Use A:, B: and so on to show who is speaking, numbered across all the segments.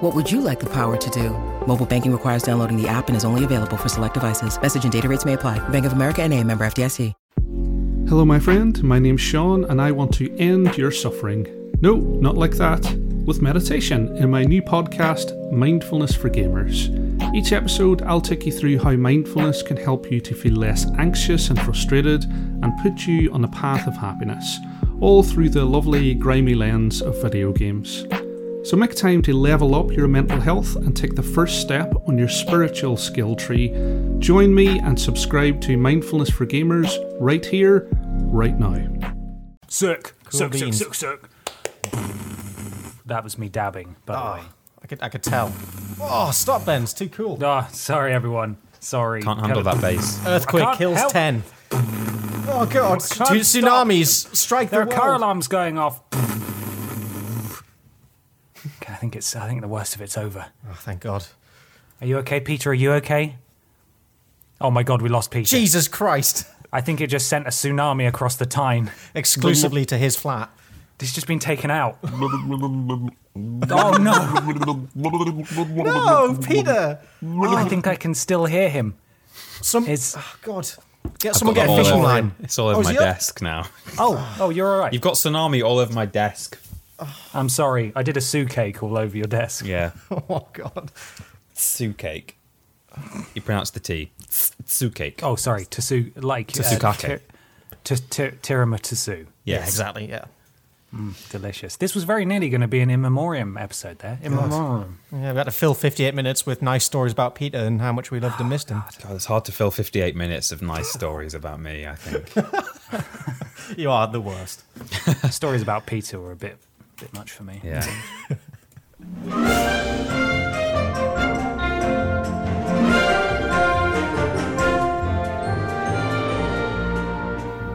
A: What would you like the power to do? Mobile banking requires downloading the app and is only available for select devices. Message and data rates may apply. Bank of America and a member FDIC.
B: Hello, my friend. My name's Sean, and I want to end your suffering. No, not like that. With meditation in my new podcast, Mindfulness for Gamers. Each episode, I'll take you through how mindfulness can help you to feel less anxious and frustrated and put you on a path of happiness, all through the lovely, grimy lens of video games. So make time to level up your mental health and take the first step on your spiritual skill tree. Join me and subscribe to Mindfulness for Gamers right here, right now.
C: Sook, sook, sook,
D: beans.
C: sook, sook. That was me dabbing, by
E: Ah.
C: the way.
D: I could, I could tell. Oh, stop, Ben. It's too cool.
C: Ah, sorry, everyone. Sorry.
E: Can't handle
C: Kind
E: that
C: of-
E: bass.
C: I
D: Earthquake
C: can't
D: kills
C: help.
D: 10. Oh, God.
C: can't
D: Two tsunamis strike
C: There
D: the
C: are car
D: world.
C: alarms going off. Okay, I think it's. I think the worst of it's over.
D: Oh, thank God.
C: Are you okay, Peter? Are you okay? Oh my God, we lost Peter.
D: Jesus Christ.
C: I think it just sent a tsunami across the Tyne.
D: Exclusively to his flat.
C: He's just been taken out. oh no! Oh,
D: No, Peter.
C: I think I can still hear him.
D: Some.
C: It's-
D: Oh, God. Get
E: I've
D: someone get
E: got that
D: a
E: all
D: fishing
E: over-
D: line.
E: It's all
D: Oh,
E: over
D: is
E: my
D: he up?
E: desk now.
C: Oh, oh, you're all right.
E: You've got tsunami all over my desk.
C: I'm sorry. I did a sous cake all over your desk.
E: Yeah.
D: Oh, God.
E: Tsu cake. You pronounce the T. Tsu cake.
C: Oh, sorry, Tasu, like uh,
E: Tsukake.
C: t- t- tiramisu.
E: yes.
D: Yeah, exactly. Yeah.
C: Delicious. This was very nearly going to be an in memoriam episode. There, in memoriam.
D: Yeah, we had to fill 58 minutes with nice stories about Peter and how much we loved and missed him.
E: God, it's hard to fill 58 minutes of nice stories about me, I think.
D: You are the worst.
C: Stories about Peter were a bit, bit much for me.
E: Yeah.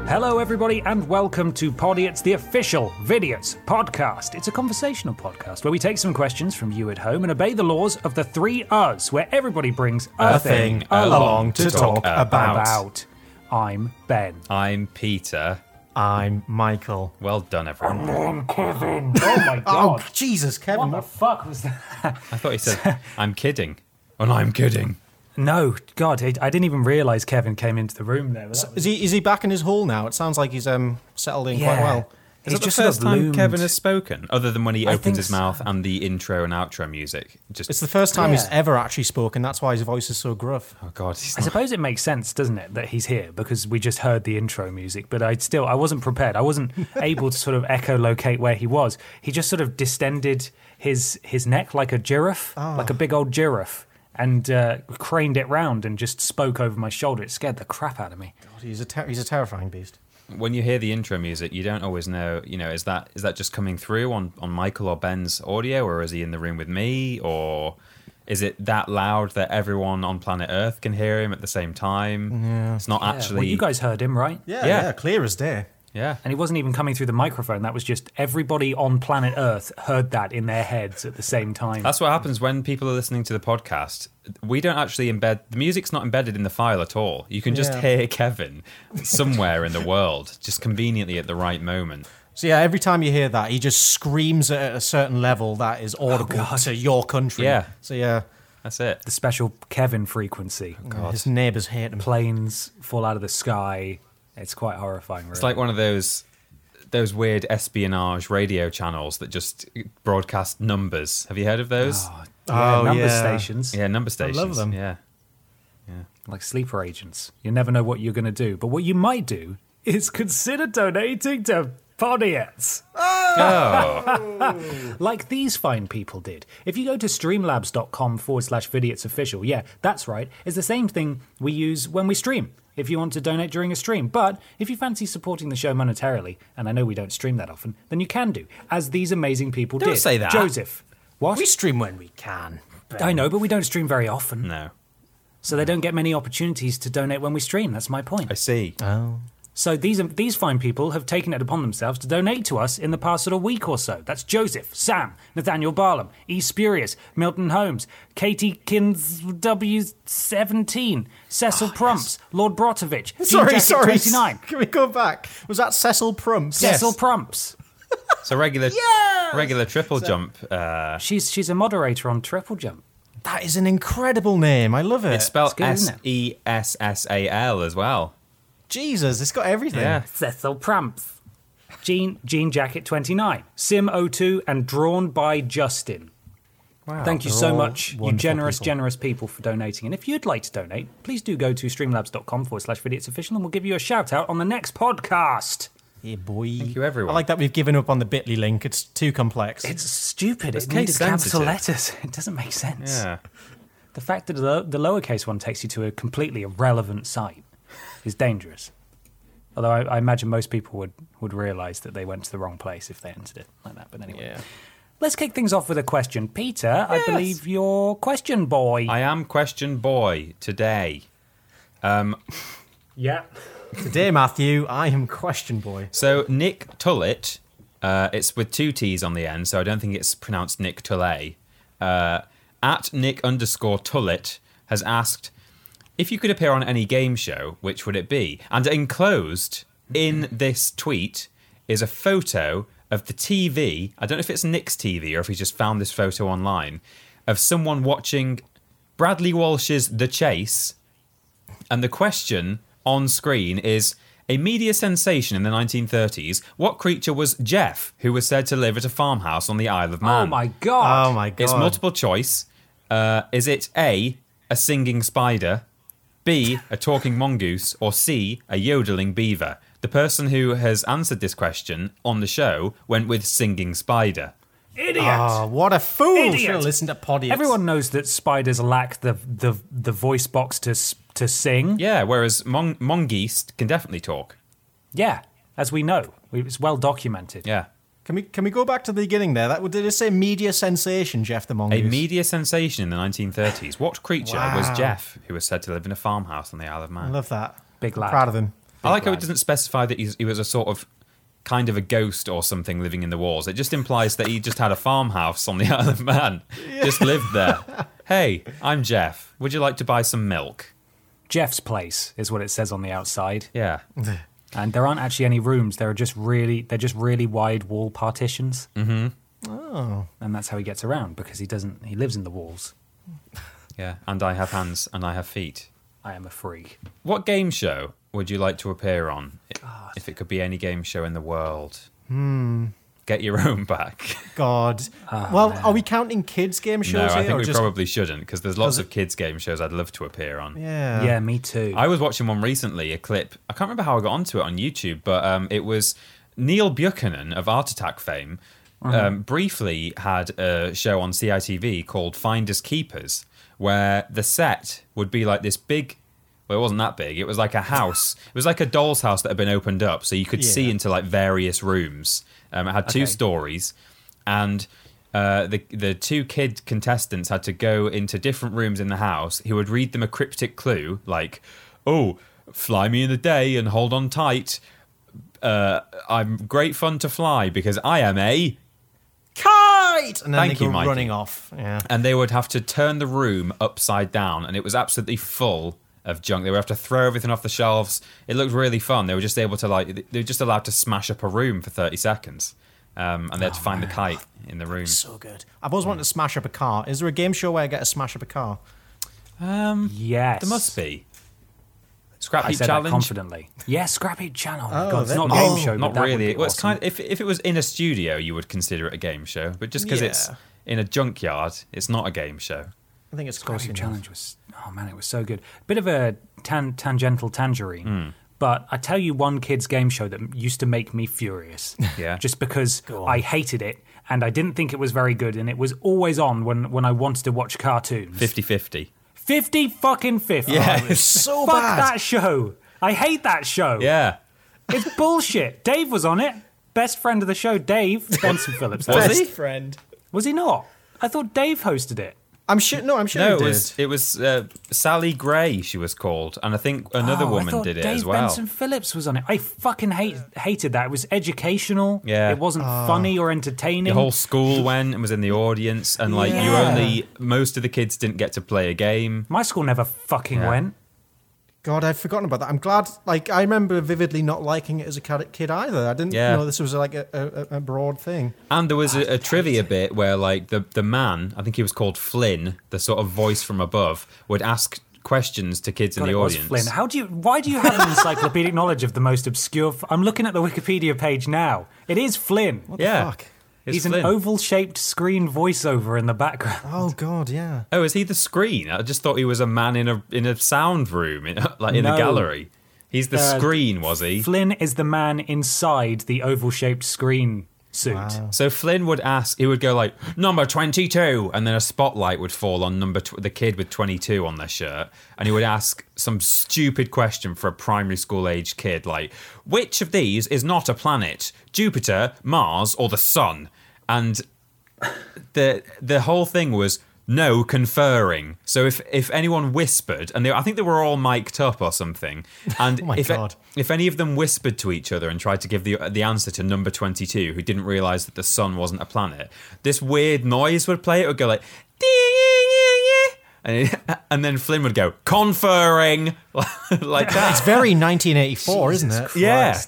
C: Hello, everybody, and welcome to Poddy. It's the official Vidiots podcast. It's a conversational podcast where we take some questions from you at home and obey the laws of the three us, where everybody brings a,
D: A thing along to talk about.
C: I'm Ben.
E: I'm Peter.
D: I'm Michael.
E: Well done, everyone.
C: I'm Kevin. Oh my
D: Oh,
C: god.
D: Jesus, Kevin.
C: What the fuck was that?
E: I thought he said, I'm kidding. And I'm kidding.
C: No, God, I, I didn't even realise Kevin came into the room there. That was-
D: Is he is he back in his hall now? It sounds like he's um settled in quite
C: Yeah.
D: well.
E: Is
C: He's
E: that
C: just
E: the
C: sort of
E: first time
C: loomed.
E: Kevin has spoken? Other than when he
C: I think
E: opens his
C: so.
E: mouth and the intro and outro music. Just,
D: It's the first time he's
C: Yeah.
D: ever actually spoken. That's why his voice is so gruff.
E: oh God, he's
C: I suppose it makes sense, doesn't it, that he's here because we just heard the intro music, but I still I wasn't prepared. I wasn't able to sort of echolocate where he was. He just sort of distended his his neck like a giraffe, like a big old giraffe, and uh, craned it round and just spoke over my shoulder. It scared the crap out of me.
D: God, he's a ter- he's a terrifying beast.
E: when you hear the intro music, you don't always know, you know, is that is that just coming through on, on Michael or Ben's audio, or is he in the room with me, or is it that loud that everyone on planet Earth can hear him at the same time? Yeah. It's not
C: Yeah,
E: actually.
C: well, you guys heard him, right?
D: Yeah,
E: Yeah.
D: yeah, clear as day.
E: yeah.
C: And he wasn't even coming through the microphone. That was just everybody on planet Earth heard that in their heads at the same time.
E: That's what happens when people are listening to the podcast. We don't actually embed the music's not embedded in the file at all. You can just
D: Yeah.
E: hear Kevin somewhere in the world, just conveniently at the right moment.
D: So yeah, every time you hear that, he just screams at a certain level that is audible to your country.
E: Yeah.
D: So yeah,
E: That's it.
C: the special Kevin frequency.
E: Oh,
D: his neighbors hate him.
C: Planes fall out of the sky. It's quite horrifying, really.
E: It's like one of those those weird espionage radio channels that just broadcast numbers. Have you heard of those?
C: yeah,
D: Oh,
C: number
D: yeah.
C: stations,
E: yeah, number stations.
D: them.
E: Yeah.
C: like sleeper agents. You never know what you're going to do. But what you might do is consider donating to Podiots.
E: Oh,
C: like these fine people did. If you go to streamlabs.com forward slash vidiots official, yeah, that's right. It's the same thing we use when we stream if you want to donate during a stream. But if you fancy supporting the show monetarily, and I know we don't stream that often, then you can do, as these amazing people
E: Don't
C: did.
E: say that.
C: Joseph. What?
D: We stream when we can. Ben.
C: I know, but we don't stream very often.
E: no.
C: So they don't get many opportunities to donate when we stream. That's my point.
E: I see.
C: So these these fine people have taken it upon themselves to donate to us in the past sort of week or so. That's Joseph, Sam, Nathaniel Barlam, E. Spurious, Milton Holmes, Katie Kins W seventeen, Cecil Prumps, Lord Brotovich, Jean
D: Oh, Sorry,
C: Jacket
D: sorry.
C: 29,
D: Can we go back? Was that Cecil Prump?
C: Cecil Prumps.
E: So regular, regular triple jump. Uh,
C: She's she's a moderator on Triple Jump.
D: That is an incredible name. I love it.
E: it's spelled
C: good,
E: S
C: isn't it?
E: E S S A L as well.
D: Jesus, it's got everything.
E: Yeah.
C: Cecil Prumps. Jean Jean Jacket twenty nine, Sim 02 and drawn by Justin.
D: Wow.
C: Thank you
D: they're
C: so
D: all
C: much, you
D: wonderful
C: generous,
D: people.
C: generous people for donating. And if you'd like to donate, please do go to streamlabs.com forward slash video it's official and we'll give you a shout out on the next podcast.
D: Yeah, boy. Thank
E: you, everyone.
D: I like that we've given up on the Bitly link. It's too complex.
C: It's stupid. It's
E: It's
C: it needed
E: case
C: capital
E: sensitive.
C: letters. It doesn't make sense.
E: Yeah.
C: The fact that the, the lowercase one takes you to a completely irrelevant site is dangerous. Although I, I imagine most people would, would realise that they went to the wrong place if they entered it like that. But anyway, let's kick things off with a question. Peter, I believe your question boy.
E: I am question boy today.
C: yeah.
D: Today, Matthew, I am question boy.
E: So Nick Tullett, uh, it's with two T's on the end, so I don't think it's pronounced Nick Tullet. Uh, at Nick underscore Tullett has asked if you could appear on any game show, which would it be? And enclosed in this tweet is a photo of the TV. I don't know if it's Nick's TV or if he just found this photo online of someone watching Bradley Walsh's The Chase and the question on screen is a media sensation in the 1930s. What creature was Jeff, who was said to live at a farmhouse on the Isle of Man?
C: Oh my God.
D: Oh my god.
E: It's multiple choice. Uh, is it A, a singing spider, B, a talking mongoose, or C, a yodeling beaver? The person who has answered this question on the show went with singing spider.
C: Idiot.
D: Oh, what a fool!
C: Idiot.
D: Should have listened to Poddy.
C: Everyone knows that spiders lack the the, the voice box to s- to sing. Yeah,
E: Yeah, whereas mon- mongoose can definitely talk.
C: as we know, We- it's well documented.
E: Yeah.
D: Can we can we go back to the beginning there? That did it say media sensation, Jeff the Mongoose?
E: A media sensation in the 1930s. What creature was
D: Wow.
E: Jeff, who was said to live in a farmhouse on the Isle of
D: I
E: Man?
D: love that.
C: Big
D: I'm
C: lad.
D: Proud of him.
E: I like how it doesn't specify that he's, he was a sort of kind of a ghost or something living in the walls. It just implies that he just had a farmhouse on the Isle of Man, just lived there. Hey, I'm Jeff. Would you like to buy some milk?
C: Jeff's place is what it says on the outside,
E: Yeah.
C: and there aren't actually any rooms. There are just really they're just really wide wall partitions. Mm-hmm. Oh, and that's how he gets around because he doesn't he lives in the walls.
E: Yeah. And I have hands and I have feet.
C: I am a freak.
E: What game show would you like to appear on? If it could be any game show in the world. Hmm. Get your own back.
D: God. well, are we counting kids game
E: No,
D: shows
E: I
D: here?
E: think
D: or
E: we
D: just,
E: probably shouldn't because there's lots of kids' game shows I'd love to appear on.
D: Yeah.
C: yeah, me too.
E: I was watching one recently, a clip. I can't remember how I got onto it on YouTube, but um, it was Neil Buchanan of Art Attack fame. Um, briefly had a show on CITV called Finders Keepers, where the set would be like this big. Well, it wasn't that big. It was like a house. it was like a doll's house that had been opened up, so you could see into like various rooms. Um, it had two stories, and uh, the the two kid contestants had to go into different rooms in the house. He would read them a cryptic clue like, "Oh, fly me in the day and hold on tight. Uh, I'm great fun to fly because I am a."
D: Kite. And then
E: Thank
D: they
E: you,
D: go
E: Mikey.
D: running off. Yeah.
E: And they would have to turn the room upside down, and it was absolutely full of junk. They would have to throw everything off the shelves. It looked really fun. They were just able to like they were just allowed to smash up a room for thirty seconds, um, and they had to find the kite in the room.
D: So good. I've always wanted to smash up a car. Is there a game show where I get to smash up a car?
E: Um,
C: yes,
E: There must be. Scrap
C: I
E: heap
C: said
E: challenge.
C: that confidently. Yeah, Scrappy Channel. Oh, my God, it's
D: that-
C: not a game
D: Oh,
C: show. but
E: Not
C: that would
E: really.
C: be
E: Well, it's
C: awesome.
E: kind of, if if it was in a studio, you would consider it a game show, but just because it's
D: Yeah.
E: in a junkyard, it's not a game show.
D: I think it's close
C: Scottish
D: enough.
C: Challenge was oh man, it was so good. Bit of a tan- tangential tangerine,
E: Hmm.
C: but I tell you, one kids game show that m- used to make me furious.
E: Yeah.
C: just because I hated it and I didn't think it was very good, and it was always on when when I wanted to watch cartoons.
E: 50-50.
C: Fifty fucking fifty.
D: So
C: Fuck
D: bad.
C: that show. I hate that show.
E: Yeah.
C: It's bullshit. Dave was on it. Best friend of the show, Dave Benson Phillips.
E: Was he?
D: friend.
C: Was he not? I thought Dave hosted it.
D: I'm sure. No, I'm sure
E: No,
D: he
E: it
D: did.
E: was it was uh, Sally Gray. She was called, and I think another
C: Oh, I
E: woman
C: thought
E: did it
C: Dave
E: as well.
C: Benson Phillips was on it. I fucking hate, hated that. It was educational.
E: Yeah.
C: It wasn't funny or entertaining.
E: The whole school went and was in the audience, and like you
D: Yeah.
E: only most of the kids didn't get to play a game.
C: My school never fucking went.
D: God, I'd forgotten about that. I'm glad. Like, I remember vividly not liking it as a kid kid either. I didn't
E: Yeah.
D: know this was like a, a, a broad thing.
E: And there was a, a trivia bit where, like, the, the man, I think he was called Flynn, the sort of voice from above, would ask questions to kids
C: God,
E: in
C: it
E: the
C: was
E: audience.
C: Flynn. How do you? Why do you have an encyclopedic knowledge of the most obscure? F- I'm looking at the Wikipedia page now. It is Flynn.
D: What
E: yeah.
D: the fuck?
E: It's
C: He's
E: Flynn.
C: an oval-shaped screen voiceover in the background.
D: Oh God, yeah.
E: Oh, is he the screen? I just thought he was a man in a in a sound room, in, like in a
C: No.
E: gallery. He's the
C: Uh,
E: screen, was he?
C: Flynn is the man inside the oval-shaped screen suit.
E: so Flynn would ask. He would go like number twenty two, and then a spotlight would fall on number tw- the kid with twenty two on their shirt, and he would ask some stupid question for a primary school age kid, like which of these is not a planet? Jupiter, Mars, or the Sun? And the the whole thing was no conferring. So if if anyone whispered, and they, I think they were all mic'd up or something, and
D: Oh my
E: if e-,
D: God.
E: if any of them whispered to each other and tried to give the the answer to number twenty two, who didn't realize that the sun wasn't a planet, this weird noise would play. It would go like. "Dee-ee-ee-ee-ee," And, and then Flynn would go conferring like that.
D: It's very 1984, isn't it?
E: yeah,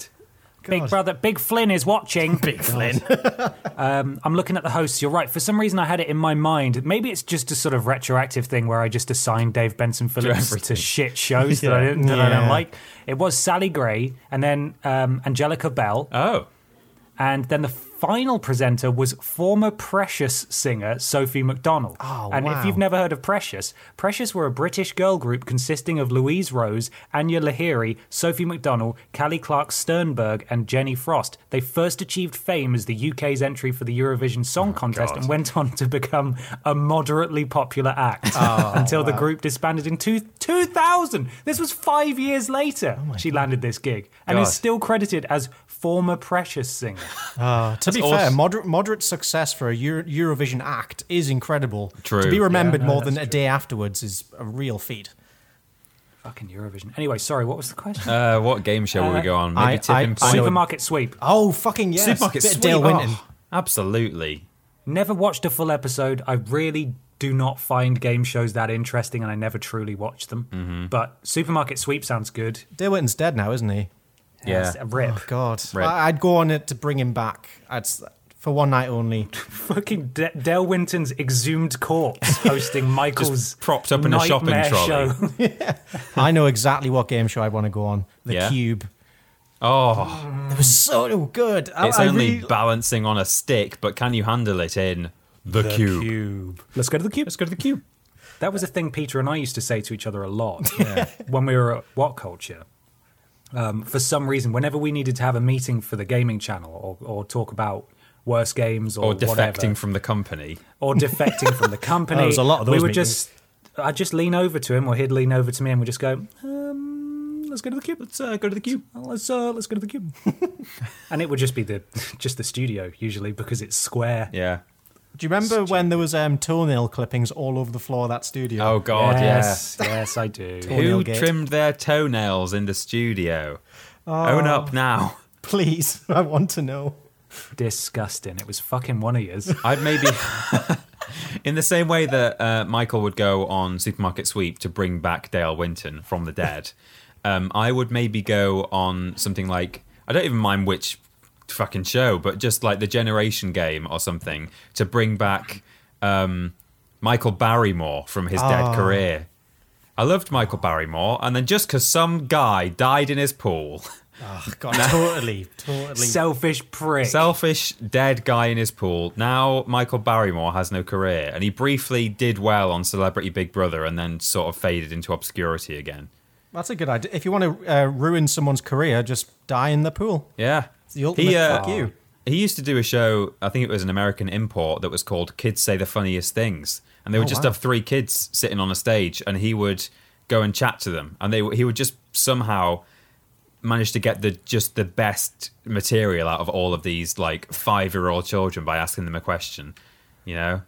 C: Big brother, Big Flynn is watching. Big Flynn. um, I'm looking at the hosts. You're right. For some reason, I had it in my mind. Maybe it's just a sort of retroactive thing where I just assigned Dave Benson Phillips to,
E: everything.
C: shit shows that, I didn't, that I
D: Yeah.
C: don't like. It was Sally Gray and then um, Angelica Bell.
E: Oh,
C: And then the final presenter was former Precious singer Sophie McDonald.
D: Oh,
C: and
D: wow.
C: if you've never heard of Precious, Precious were a British girl group consisting of Louise Rose, Anya Lahiri, Sophie McDonald, Callie Clark Sternberg, and Jenny Frost. They first achieved fame as the UK's entry for the Eurovision Song Contest
E: God.
C: and went on to become a moderately popular act until the group disbanded in two, 2000. This was five years later she landed this gig and
E: God.
C: is still credited as former Precious singer.
D: Uh, to be
E: awesome.
D: fair, moderate, moderate success for a Euro- Eurovision act is incredible.
E: True.
D: To be remembered
C: Yeah, no,
D: more than a day afterwards is a real feat.
C: Fucking Eurovision. Anyway, sorry, what was the question?
E: uh, what game show will we
C: Uh,
E: go on? Maybe
D: I- I-
E: tipping
D: I-
E: point.
C: Supermarket Sweep.
D: Oh fucking yes!
E: Supermarket
D: Bit of
E: Sweep.
D: Dale Winton.
E: Oh, absolutely.
C: Never watched a full episode. I really do not find game shows that interesting and I never truly watch them.
E: Mm-hmm.
C: But Supermarket Sweep sounds good.
D: Dale Winton's dead now, isn't he?
E: Yeah.
C: It's a rip.
D: Oh God,
E: Right.
D: I- I'd go on it to bring him back. I'd s- for one night only.
C: Fucking De- Del Winton's exhumed corpse hosting Michael's
E: propped up in a shopping
C: nightmare
E: trolley.
C: Show.
D: I know exactly what game show I want to go on. The
E: Yeah?
D: Cube.
E: Oh,
D: It was so good. I,
E: It's
D: I
E: only
D: really-
E: balancing on a stick, but can you handle it in the, cube?
C: Let's go to the cube.
E: Let's go to the cube.
C: That was a thing Peter and I used to say to each other a lot when we were at What Culture. Um, for some reason, whenever we needed to have a meeting for the gaming channel or, or talk about worse games or,
E: Or defecting
C: whatever,
E: from the company.
C: or defecting from the company,
D: Oh, there's a lot of those
C: we would
D: meetings.
C: just I'd just lean over to him or he'd lean over to me and we'd just go, um, let's go to the cube. Let's uh, go to the cube. Let's uh, let's go to the cube. and it would just be the just the studio usually because it's square.
E: Yeah.
D: Do you remember when there was um, toenail clippings all over the floor of that studio?
E: Oh God, yes.
C: yes, yes, I do.
D: Toenail
E: Who
D: gate.
E: trimmed their toenails in the studio? Own up now.
D: please! I want to know.
C: Disgusting. It was fucking one of yours.
E: I'd maybe, in the same way that uh, Michael would go on Supermarket Sweep to bring back Dale Winton from the dead, um, I would maybe go on something like I don't even mind which fucking show, but just like the Generation Game or something to bring back um, Michael Barrymore from his dead career. I loved Michael Barrymore, and then just because some guy died in his pool.
D: Oh God, totally, totally.
C: Selfish prick.
E: Selfish dead guy in his pool. Now Michael Barrymore has no career, and he briefly did well on Celebrity Big Brother, and then sort of faded into obscurity again.
D: That's a good idea. If you want to uh, ruin someone's career, just die in the pool.
E: Yeah, uh,
D: It's the ultimate fuck you.
E: He used to do a show. I think it was an American import that was called "Kids Say the Funniest Things," and they would
D: Oh,
E: just
D: wow.
E: have three kids sitting on a stage, and he would go and chat to them, and they he would just somehow manage to get the just the best material out of all of these like five year old children by asking them a question. You know,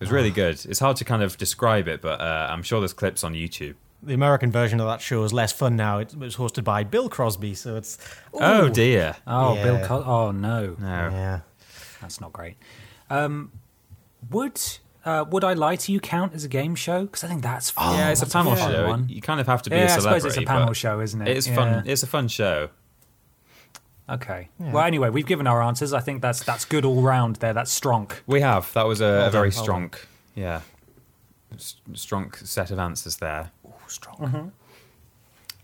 E: was really good. It's hard to kind of describe it, but uh, I'm sure there's clips on YouTube.
D: The American version of that show is less fun now. It was hosted by Bill Crosby, so it's
E: Oh
D: Ooh. Uh,
E: dear.
C: Oh,
D: Yeah.
C: Bill. Col- oh no,
E: No.
D: Yeah.
C: that's not great. Um, would uh, Would I Lie to You count as a game show? Because I think that's fun.
E: yeah, it's a
C: That's a
E: panel
C: fun
E: show.
C: one.
E: You kind of have to be
C: Yeah,
E: a
C: I suppose
E: celebrity.
C: it's a panel
E: but
C: show, isn't it?
E: It's fun.
C: Yeah.
E: It's a fun show.
C: Okay. Well, anyway, we've given our answers. I think that's that's good all round. There, that's strong.
E: We have. That was a, a
D: done,
E: very
D: well
E: strong, yeah, s- strong set of answers there.
D: strong.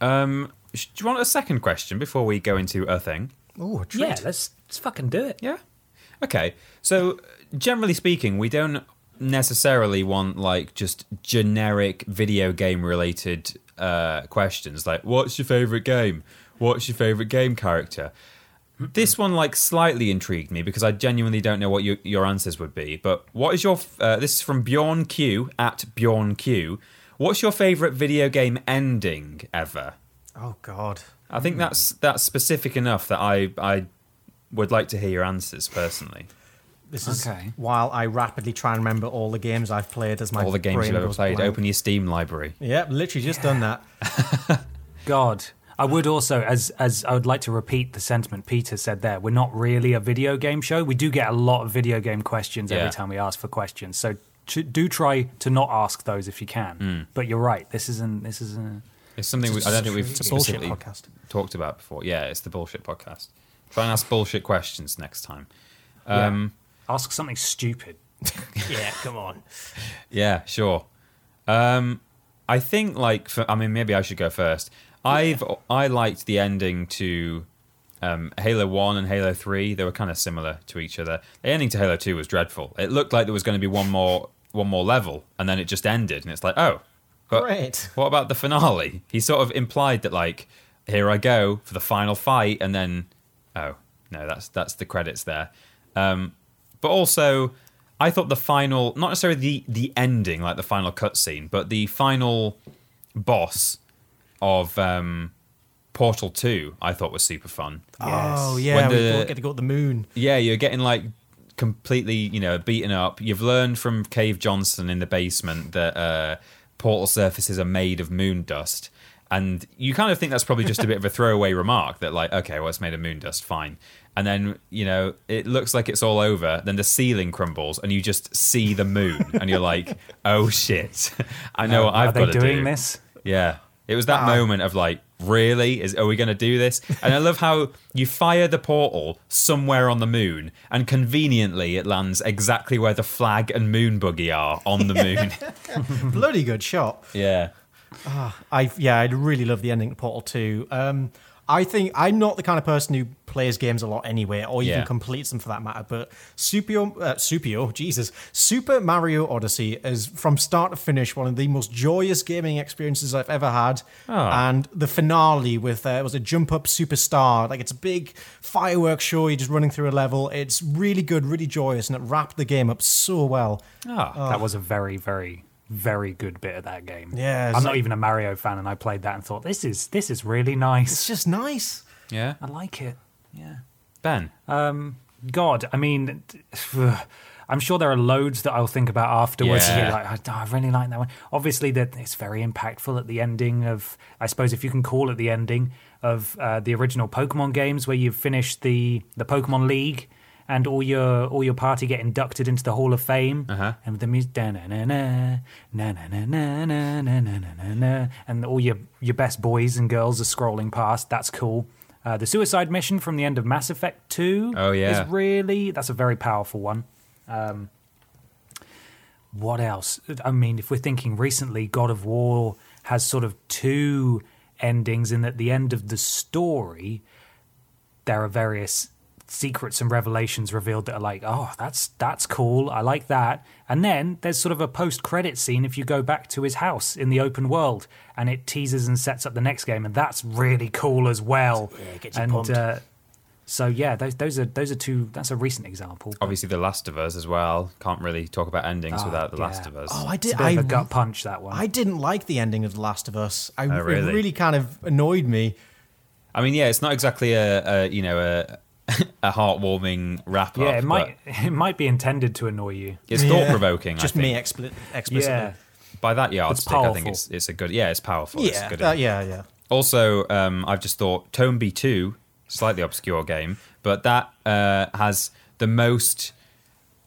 E: Um, sh- do you want a second question before we go into a thing?
D: Ooh, a
C: Yeah,
D: treat.
C: let's let's fucking do it.
E: Yeah. Okay. So, generally speaking, we don't necessarily want like just generic video game related uh, questions like what's your favorite game? What's your favorite game character? This one like slightly intrigued me because I genuinely don't know what your, your answers would be. But what is your f- uh, this is from Bjorn Q at Bjorn Q. What's your favorite video game ending ever?
D: Oh God.
E: I think that's that's specific enough that I I would like to hear your answers personally.
D: This is
C: Okay.
D: while I rapidly try and remember all the games I've played as my
E: All the games
D: brain
E: you've ever
D: goes
E: played.
D: blank.
E: Open your Steam library.
D: Yep, literally just done that.
C: God. I would also, as as I would like to repeat the sentiment Peter said there. We're not really a video game show. We do get a lot of video game questions
E: Yeah.
C: every time we ask for questions. So t- do try to not ask those if you can.
E: Hmm.
C: But you're right. This isn't. This isn't.
E: It's something we, I don't think we've
D: It's a bullshit
E: specifically
D: podcast.
E: talked about before. Yeah, it's the bullshit podcast. Try and ask bullshit questions next time.
C: Yeah.
E: Um,
C: Ask something stupid.
D: yeah, come on.
E: yeah. sure. Um, I think like for, I mean maybe I should go first. I've I liked the ending to um, Halo One and Halo Three. They were kind of similar to each other. The ending to Halo Two was dreadful. It looked like there was going to be one more one more level, and then it just ended, and it's like oh, but
D: Great.
E: What about the finale? He sort of implied that like, here I go for the final fight, and then oh no, that's that's the credits there. Um, but also, I thought the final, not necessarily the the ending, like the final cutscene, but the final boss of um, Portal Two, I thought was super fun.
D: Oh
C: Yes.
D: yeah,
E: When
D: we
E: the-
D: all get to go to the moon.
E: Yeah, you're getting like completely, you know, beaten up. You've learned from Cave Johnson in the basement that uh, portal surfaces are made of moon dust. And you kind of think that's probably just a bit of a throwaway remark that, like, okay, well, it's made of moon dust, fine. And then, you know, it looks like it's all over. Then the ceiling crumbles and you just see the moon. and you're like, oh shit, I know what
C: Are
E: I've
C: they
E: got to
C: doing
E: do.
C: this?
E: Yeah. It was that
C: Ah.
E: moment of like, really? Is are we going to do this? And I love how you fire the portal somewhere on the moon, and conveniently it lands exactly where the flag and moon buggy are on the moon.
D: Bloody good shot.
E: yeah.
D: I yeah, I really love the ending to Portal Two. Um, I think I'm not the kind of person who plays games a lot anyway, or even
E: Yeah.
D: completes them for that matter. But Super uh, Supio, Jesus, Super Mario Odyssey is from start to finish one of the most joyous gaming experiences I've ever had. And the finale with uh, it was a jump up superstar, like it's a big fireworks show. You're just running through a level. It's really good, really joyous, and it wrapped the game up so well. Oh.
E: Ah.
C: That was a very, very, very good bit of that game.
D: Yeah, it's
C: I'm not
D: like-
C: even a Mario fan, and I played that and thought this is this is really nice.
D: It's just nice.
E: Yeah.
C: I like it. Yeah.
E: Ben.
C: God, I mean, I'm sure there are loads that I'll think about afterwards.
E: Yeah.
C: You're like, "Oh, I really like that one. Obviously, that it's very impactful at the ending of, I suppose, if you can call it the ending of uh, the original Pokemon games, where you finish the the Pokemon League. And all your all your party get inducted into the Hall of Fame, uh-huh. and with the music, na na na na na na na na na na na, and all your your best boys and girls are scrolling past. That's cool. Uh, the suicide mission from the end of Mass Effect Two
E: Oh, yeah.
C: is really that's a very powerful one. Um, what else? I mean, if we're thinking recently, God of War has sort of two endings, in that the end of the story, there are various secrets and revelations revealed that are like, oh, that's that's cool. I like that. And then there's sort of a post-credit scene if you go back to his house in the open world, and it teases and sets up the next game, and that's really cool as well.
D: Yeah, it gets you
C: and
D: pumped.
C: Uh, so yeah, those those are those are two. That's a recent example.
E: Obviously, The Last of Us as well. Can't really talk about endings without The Last
C: Ah, yeah.
E: of Us.
D: Oh, I
C: It's
D: did.
C: a bit of
D: I
C: a gut punch that one.
D: I didn't like the ending of The Last of Us. I,
E: Oh, really?
D: It really kind of annoyed me.
E: I mean, yeah, it's not exactly a, a you know a a heartwarming wrap
C: Yeah,
E: up.
C: it might it might be intended to annoy you.
E: It's
D: Yeah.
E: thought provoking.
D: Just
E: I think.
D: me expli- explicitly.
C: Yeah.
E: By that yardstick, I think
C: powerful. Uh,
E: it's it's a good. Yeah, it's powerful. it's a
D: Yeah,
E: good
D: that- yeah, yeah.
E: Also, um, I've just thought Tome B two, slightly obscure game, but that uh, has the most.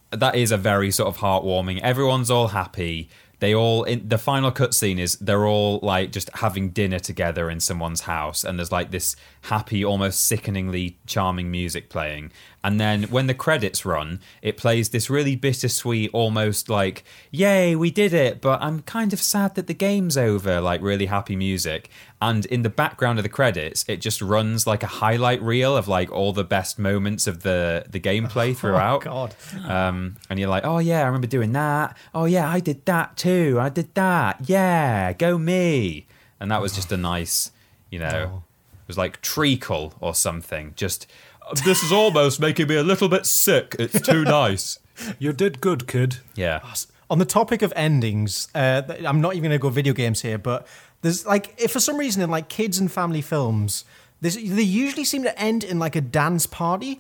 E: That is a very sort of heartwarming. Everyone's all happy. They all in the final cutscene is they're all like just having dinner together in someone's house, and there's like this happy, almost sickeningly charming music playing. And then when the credits run, it plays this really bittersweet, almost like "Yay, we did it!" But I'm kind of sad that the game's over. Like really happy music, and in the background of the credits, it just runs like a highlight reel of like all the best moments of the the gameplay throughout.
D: God.
E: Um, and you're like, oh yeah, I remember doing that. Oh yeah, I did that too. I did that. Yeah, go me. And that was just a nice, you know,
C: Oh.
E: it was like treacle or something. Just this is almost making me a little bit sick. It's too nice.
C: You did good, kid.
E: Yeah.
D: On the topic of endings, uh, th- I'm not even going to go video games here, but there's like, if for some reason in like kids and family films, there's, they usually seem to end in like a dance party.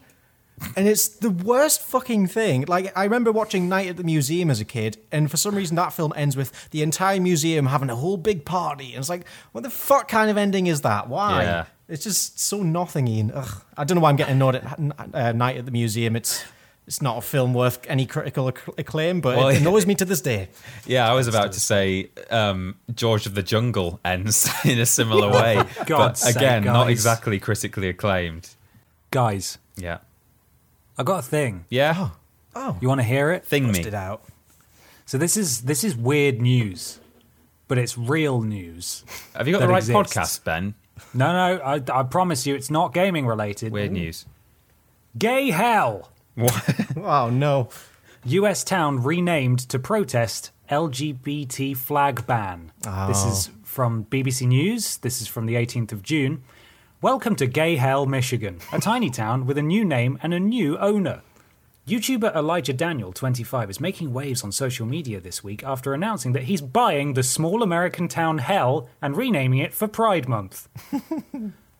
D: And it's the worst fucking thing. Like, I remember watching Night at the Museum as a kid, and for some reason that film ends with the entire museum having a whole big party. And it's like, what the fuck kind of ending is that? Why?
E: Yeah.
D: It's just so nothingy. And ugh, I don't know why I'm getting annoyed at uh, Night at the Museum. It's it's not a film worth any critical acc- acclaim, but
E: Well,
D: it
E: yeah.
D: annoys me to this day.
E: Yeah, I was about to say um, George of the Jungle ends in a similar way.
C: God's
E: but
C: sake,
E: again, not
C: guys.
E: exactly critically acclaimed.
C: Guys,
E: Yeah.
C: I got a thing.
E: Yeah.
C: You want to hear it?
E: Thing me.
D: Bust it out.
C: So this is this is weird news, but it's real news.
E: Have you got
C: that
E: the right
C: exists.
E: podcast, Ben?
C: No, no, I, I promise you, it's not gaming related.
E: Weird news.
C: Gay hell.
D: Oh no!
C: U.S. town renamed to protest LGBT flag ban. This is from BBC News. This is from the 18th of June. Welcome to Gay Hell, Michigan, a tiny town with a new name and a new owner. YouTuber Elijah Daniel, 25, is making waves on social media this week after announcing that he's buying the small American town Hell and renaming it for Pride Month.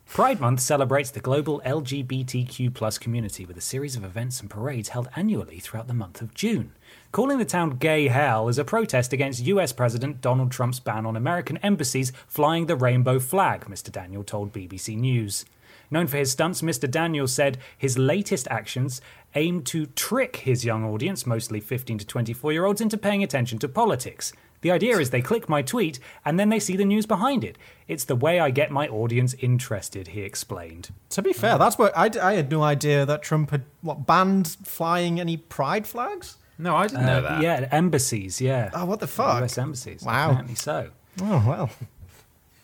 C: Pride Month celebrates the global LGBTQ plus community with a series of events and parades held annually throughout the month of June. Calling the town gay hell is a protest against US President Donald Trump's ban on American embassies flying the rainbow flag, Mr. Daniel told BBC News. Known for his stunts, Mr. Daniel said his latest actions aim to trick his young audience, mostly 15 to 24 year olds, into paying attention to politics. The idea is they click my tweet and then they see the news behind it. It's the way I get my audience interested, he explained.
D: To be fair, that's what I, d- I had no idea that Trump had what banned flying any pride flags.
E: No, I didn't know that.
C: Uh, Yeah, embassies, yeah.
D: Oh, what the fuck?
C: US embassies.
D: Wow.
C: Apparently so.
D: Oh well,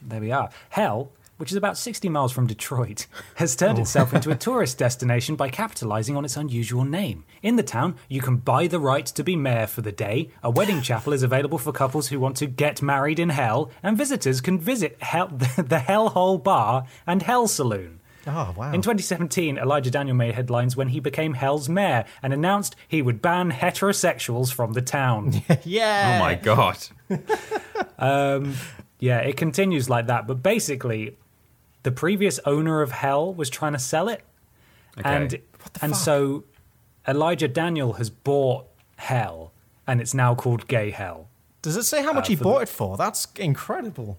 C: There we are. Hell, which is about 60 miles from Detroit, has turned itself into a tourist destination by capitalizing on its unusual name. In the town, you can buy the right to be mayor for the day. A wedding chapel is available for couples who want to get married in hell, and visitors can visit hell, the Hell Hole Bar and Hell Saloon.
D: Oh, wow.
C: In 2017, Elijah Daniel made headlines when he became Hell's mayor and announced he would ban heterosexuals from the town.
D: yeah.
E: Oh my god.
C: Yeah, it continues like that. But basically, the previous owner of Hell was trying to sell it, and and so Elijah Daniel has bought Hell, and it's now called Gay Hell.
D: Does it say how much he bought it for? That's incredible.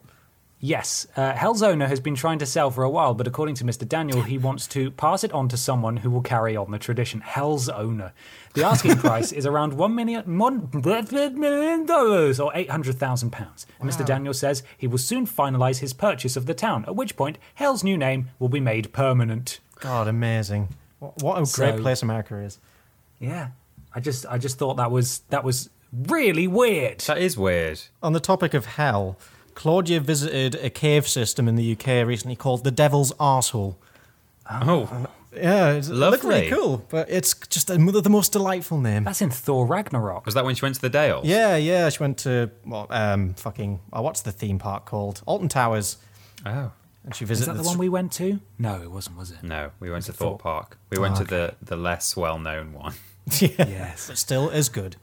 C: Yes, uh, Hell's owner has been trying to sell for a while, but according to Mr. Daniel, he wants to pass it on to someone who will carry on the tradition. Hell's owner. The asking price is around one million, one million dollars or eight hundred thousand pounds. And Mr. Daniel says he will soon finalise his purchase of the town, at which point Hell's new name will be made permanent.
D: God, amazing! What, what a great
C: So-
D: place America is.
C: Yeah, I just, I just thought that was that was really weird.
E: That is weird.
D: On the topic of hell, Claudia visited a cave system in the UK recently called the Devil's Arsehole.
E: Oh,
D: Yeah, it's it looked really
E: Lovely.
D: cool, but it's just another the most delightful name.
C: That's in Thor Ragnarok.
E: was that when she went to the Dale?
D: Yeah, yeah. She went to well, um, fucking. Oh, what's the theme park called? Alton Towers,
E: Oh.
D: and she
C: Is
D: visited.
C: that the one we went to? No, it wasn't, was it?
E: No, we went to Thorpe Park. We went to the the less well known one.
D: yeah,
C: Yes.
D: but still is good.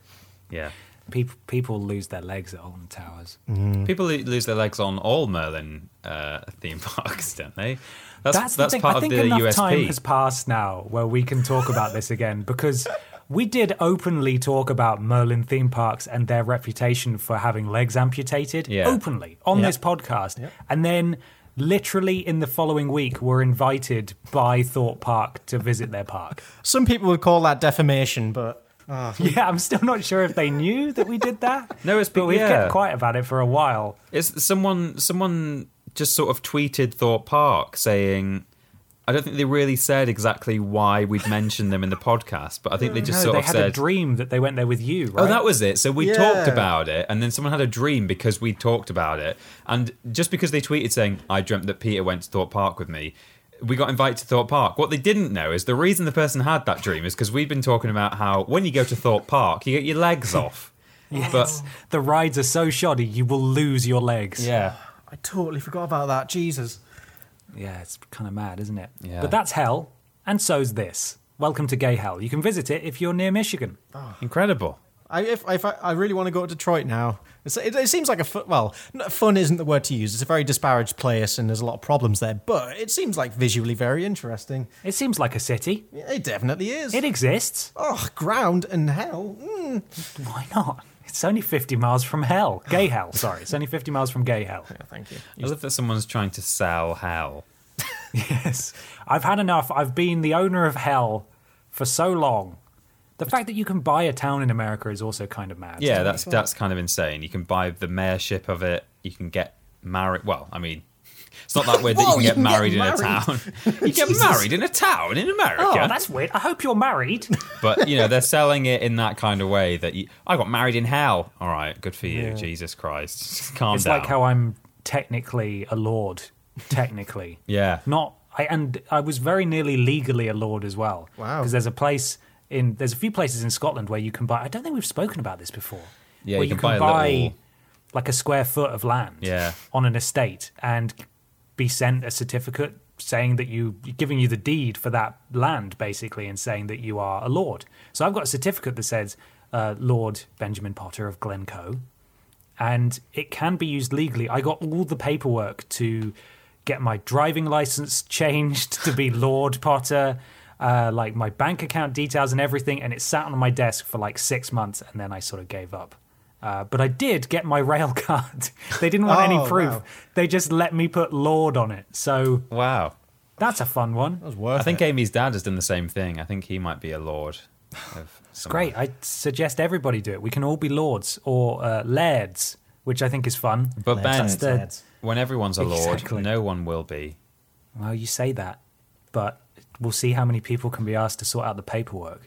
E: Yeah.
C: people people lose their legs at Alton Towers.
E: Mm. People lo- lose their legs on all Merlin uh, theme parks, don't they? That's
C: That's,
E: that's,
C: the thing.
E: part
C: I think
E: of the
C: enough
E: USP.
C: time has passed now where we can talk about this again because we did openly talk about Merlin theme parks and their reputation for having legs amputated
E: Yeah.
C: openly on
E: Yeah.
C: this podcast, and then literally in the following week were invited by Thought Park to visit their park.
D: Some people would call that defamation, but ah,
C: yeah, I'm still not sure if they knew that we did that.
E: No, it's
C: but
E: been-
C: we've
E: yeah.
C: kept quiet about it for a while.
E: It's someone someone just sort of tweeted Thorpe Park saying I don't think they really said exactly why we'd mentioned them in the podcast, but I think they
C: Mm.
E: just
C: No,
E: sort
C: they
E: of
C: had a
E: said
C: dream that they went there with you. Right?
E: Oh, that was it. So we
D: Yeah.
E: talked about it, and then someone had a dream because we talked about it. And just because they tweeted saying, I dreamt that Peter went to Thorpe Park with me, we got invited to Thorpe Park. What they didn't know is the reason the person had that dream is because we'd been talking about how when you go to Thorpe Park, you get your legs off. But
C: the rides are so shoddy you will lose your legs.
E: yeah.
D: I totally forgot about that. Jesus.
C: Yeah, it's kind of mad, isn't it?
E: Yeah.
C: But that's hell, and so's this. Welcome to gay hell. You can visit it if you're near Michigan.
E: Incredible.
D: I, if, if I, I really want to go to Detroit now. It's, it, it seems like a fu- well, n- fun isn't the word to use. It's a very disparaged place, and there's a lot of problems there. But it seems like visually very interesting.
C: It seems like a city.
D: It definitely is.
C: It exists.
D: oh, ground and hell. Mm.
C: Why not? It's only 50 miles from hell. Gay hell, sorry. It's only 50 miles from gay hell.
D: Oh, Thank you.
E: I love that someone's trying to sell hell.
C: Yes. I've had enough. I've been the owner of hell for so long. The fact that you can buy a town in America is also kind of mad.
E: Yeah, that's that's kind of insane. You can buy the mayorship of it. You can get married. Well, I mean, it's not that weird that you
D: Whoa,
E: can
D: you
E: get
D: can get
E: married in a
D: married.
E: town. you get married in a town in America.
C: Oh, that's weird. I hope you're married.
E: But you know, they're selling it in that kind of way that you, I got married in hell. All right, good for you, Jesus Christ. Just calm
C: It's
E: down.
C: like how I'm technically a lord, technically.
E: Yeah.
C: Not I and I was very nearly legally a lord as well.
D: Wow.
C: Because there's a place in there's a few places in Scotland where you can buy. I don't think we've spoken about this before.
E: Yeah,
C: where
E: you
C: you
E: can
C: can,
E: buy
C: buy,
E: a little-
C: like a square foot of land.
E: Yeah.
C: On an estate and be sent a certificate saying that you giving you the deed for that land basically and saying that you are a lord. So I've got a certificate that says uh, Lord Benjamin Potter of Glencoe and it can be used legally. I got all the paperwork to get my driving license changed to be Lord Potter, uh, like my bank account details and everything, and it sat on my desk for like six months, and then I sort of gave up. Uh, but I did get my rail card. they didn't want
D: Oh,
C: any proof.
D: wow.
C: They just let me put Lord on it. So
E: wow.
C: that's a fun one.
D: That was
E: I
D: worth
E: think
D: it.
E: Amy's dad has done the same thing. I think he might be a lord. Of it's
C: Great. I suggest everybody do it. We can all be lords or uh, lairds, which I think is fun.
E: But
D: Lads,
E: Ben,
D: lads,
C: the-
D: lads.
E: when everyone's a lord,
C: Exactly.
E: no one will be.
C: Well, you say that, but we'll see how many people can be asked to sort out the paperwork.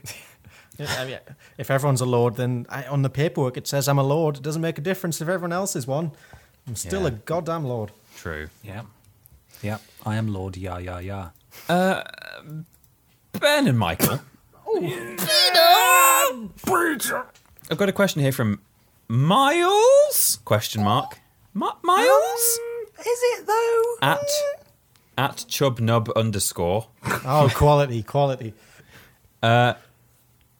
D: Yeah, I mean, if everyone's a lord, then I, on the paperwork it says I'm a lord. It doesn't make a difference if everyone else is one. I'm still
E: Yeah.
D: a goddamn lord.
E: True.
C: yeah. Yeah. I am Lord Ya Ya Ya.
E: Ben and Michael.
C: Oh,
E: I've got a question here from Miles? Question mark. Mi- Miles?
C: Um, Is it though?
E: At at chubnub underscore.
D: Oh, quality, quality.
E: Ben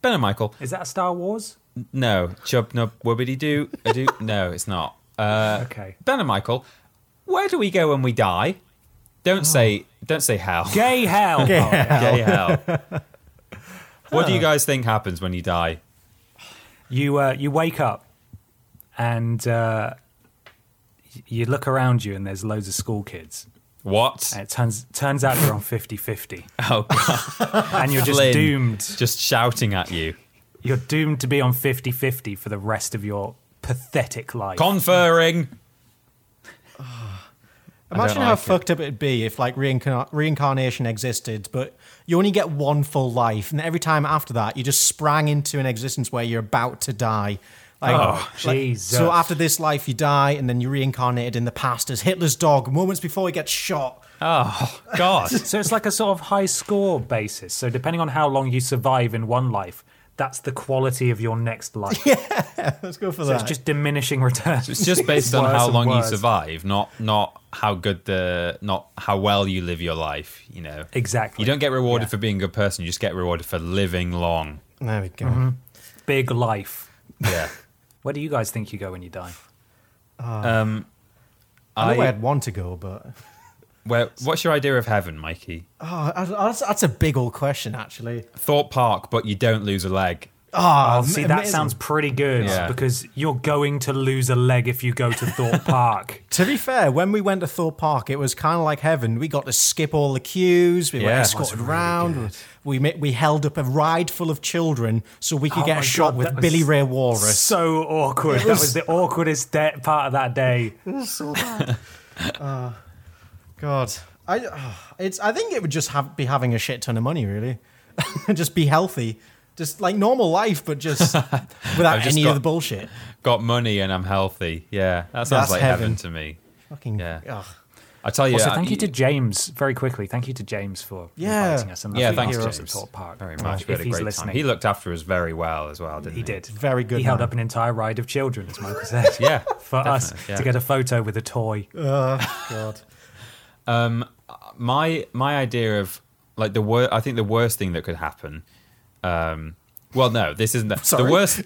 E: and Michael.
C: Is that Star Wars?
E: No, chubnub wubbity doo. I do. No, it's not. Uh,
C: okay.
E: Ben and Michael. Where do we go when we die? Don't say. Don't say hell.
C: Gay hell. Oh, yeah.
E: Gay hell. what do you guys think happens when you die?
C: You uh, you wake up and uh, y- you look around you and there's loads of school kids.
E: What?
C: And Uh, it turns turns out you're on 50-50
E: Oh, God.
C: and you're just
E: Flynn.
C: doomed.
E: just shouting at you.
C: You're doomed to be on 50-50 for the rest of your pathetic life.
E: Conferring.
D: Imagine
E: don't
D: how
E: like it.
D: fucked up it'd be if like reincarn- reincarnation existed, but you only get one full life, and every time after that, you just sprang into an existence where you're about to die. Like,
C: Oh,
D: like-
C: Jesus.
D: So after this life, you die, and then you reincarnated in the past as Hitler's dog moments before he gets shot.
E: Oh, God.
C: So it's like a sort of high score basis. So depending on how long you survive in one life, that's the quality of your next life.
D: Let's go for
C: So
D: that.
C: it's just diminishing returns.
E: It's just based on
C: Worse
E: how
C: and
E: long you
C: worse.
E: survive, not not how good the not how well you live your life. You know
C: Exactly.
E: You don't get rewarded
C: Yeah.
E: for being a good person. You just get rewarded for living long.
D: there we go.
C: Big life.
E: Yeah.
C: Where do you guys think you go when you die?
E: Um,
D: I know I,
E: I,
D: had one to go, but
E: where, what's your idea of heaven, Mikey?
D: oh, I- I- that's, that's a big old question, actually.
E: Thought Park, but you don't lose a leg.
D: Oh,
C: Oh, see, that
D: amazing.
C: sounds pretty good
E: Yeah.
C: because you're going to lose a leg if you go to Thorpe Park.
D: To be fair, when we went to Thorpe Park, it was kind of like heaven. We got to skip all the queues. We were
E: Yeah.
D: escorted
E: That's really
D: round. We ma- we held up a ride full of children so we could
C: Oh
D: get
C: my
D: a shot
C: God, that
D: with
C: was
D: Billy Ray Walrus.
C: So awkward. That was the awkwardest de- part of that day.
D: God, I ah, it's I think it would just have be having a shit ton of money really, just be healthy, just like normal life, but just without
E: I've just
D: any
E: got-
D: of the bullshit.
E: Got money and I'm healthy. Yeah, that sounds
D: That's
E: like heaven.
D: heaven.
E: to me.
D: Fucking
E: Yeah.
D: ugh.
E: I tell you, uh,
C: also,
E: I-
C: thank you to James very quickly. Thank you to James for
D: Yeah.
C: inviting us. And
E: yeah,
C: lovely
E: thanks
C: hero
E: James.
C: at Thorpe Park.
E: Very much.
C: If
E: we had a
C: he's
E: great
C: listening,
E: time. He looked after us very well as well, didn't he?
C: He did.
D: Very good
C: He held
D: man.
C: up an entire ride of children, as Michael said.
E: Yeah,
C: For us
E: definitely, yeah.
C: to get a photo with a toy.
D: God.
E: my my idea of like the wor- I think the worst thing that could happen. Um, well, no, this isn't the, the
D: Sorry.
E: worst.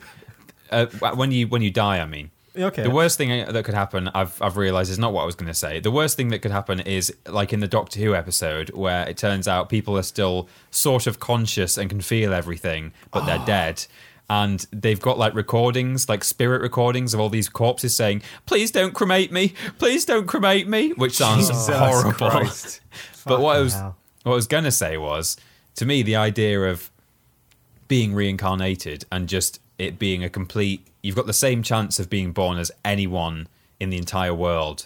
E: Uh, w- when you when you die, I mean.
D: Okay.
E: The worst thing that could happen, I've I've realised, is not what I was going to say. The worst thing that could happen is like in the Doctor Who episode where it turns out people are still sort of conscious and can feel everything, but they're dead. And they've got like recordings, like spirit recordings of all these corpses saying, "Please don't cremate me! Please don't cremate me!" Which sounds
C: Jesus
E: horrible.
C: Christ.
E: But what I
D: Fucking
E: was
D: hell.
E: what I was gonna say was, to me, the idea of being reincarnated and just it being a complete you've got the same chance of being born as anyone in the entire world.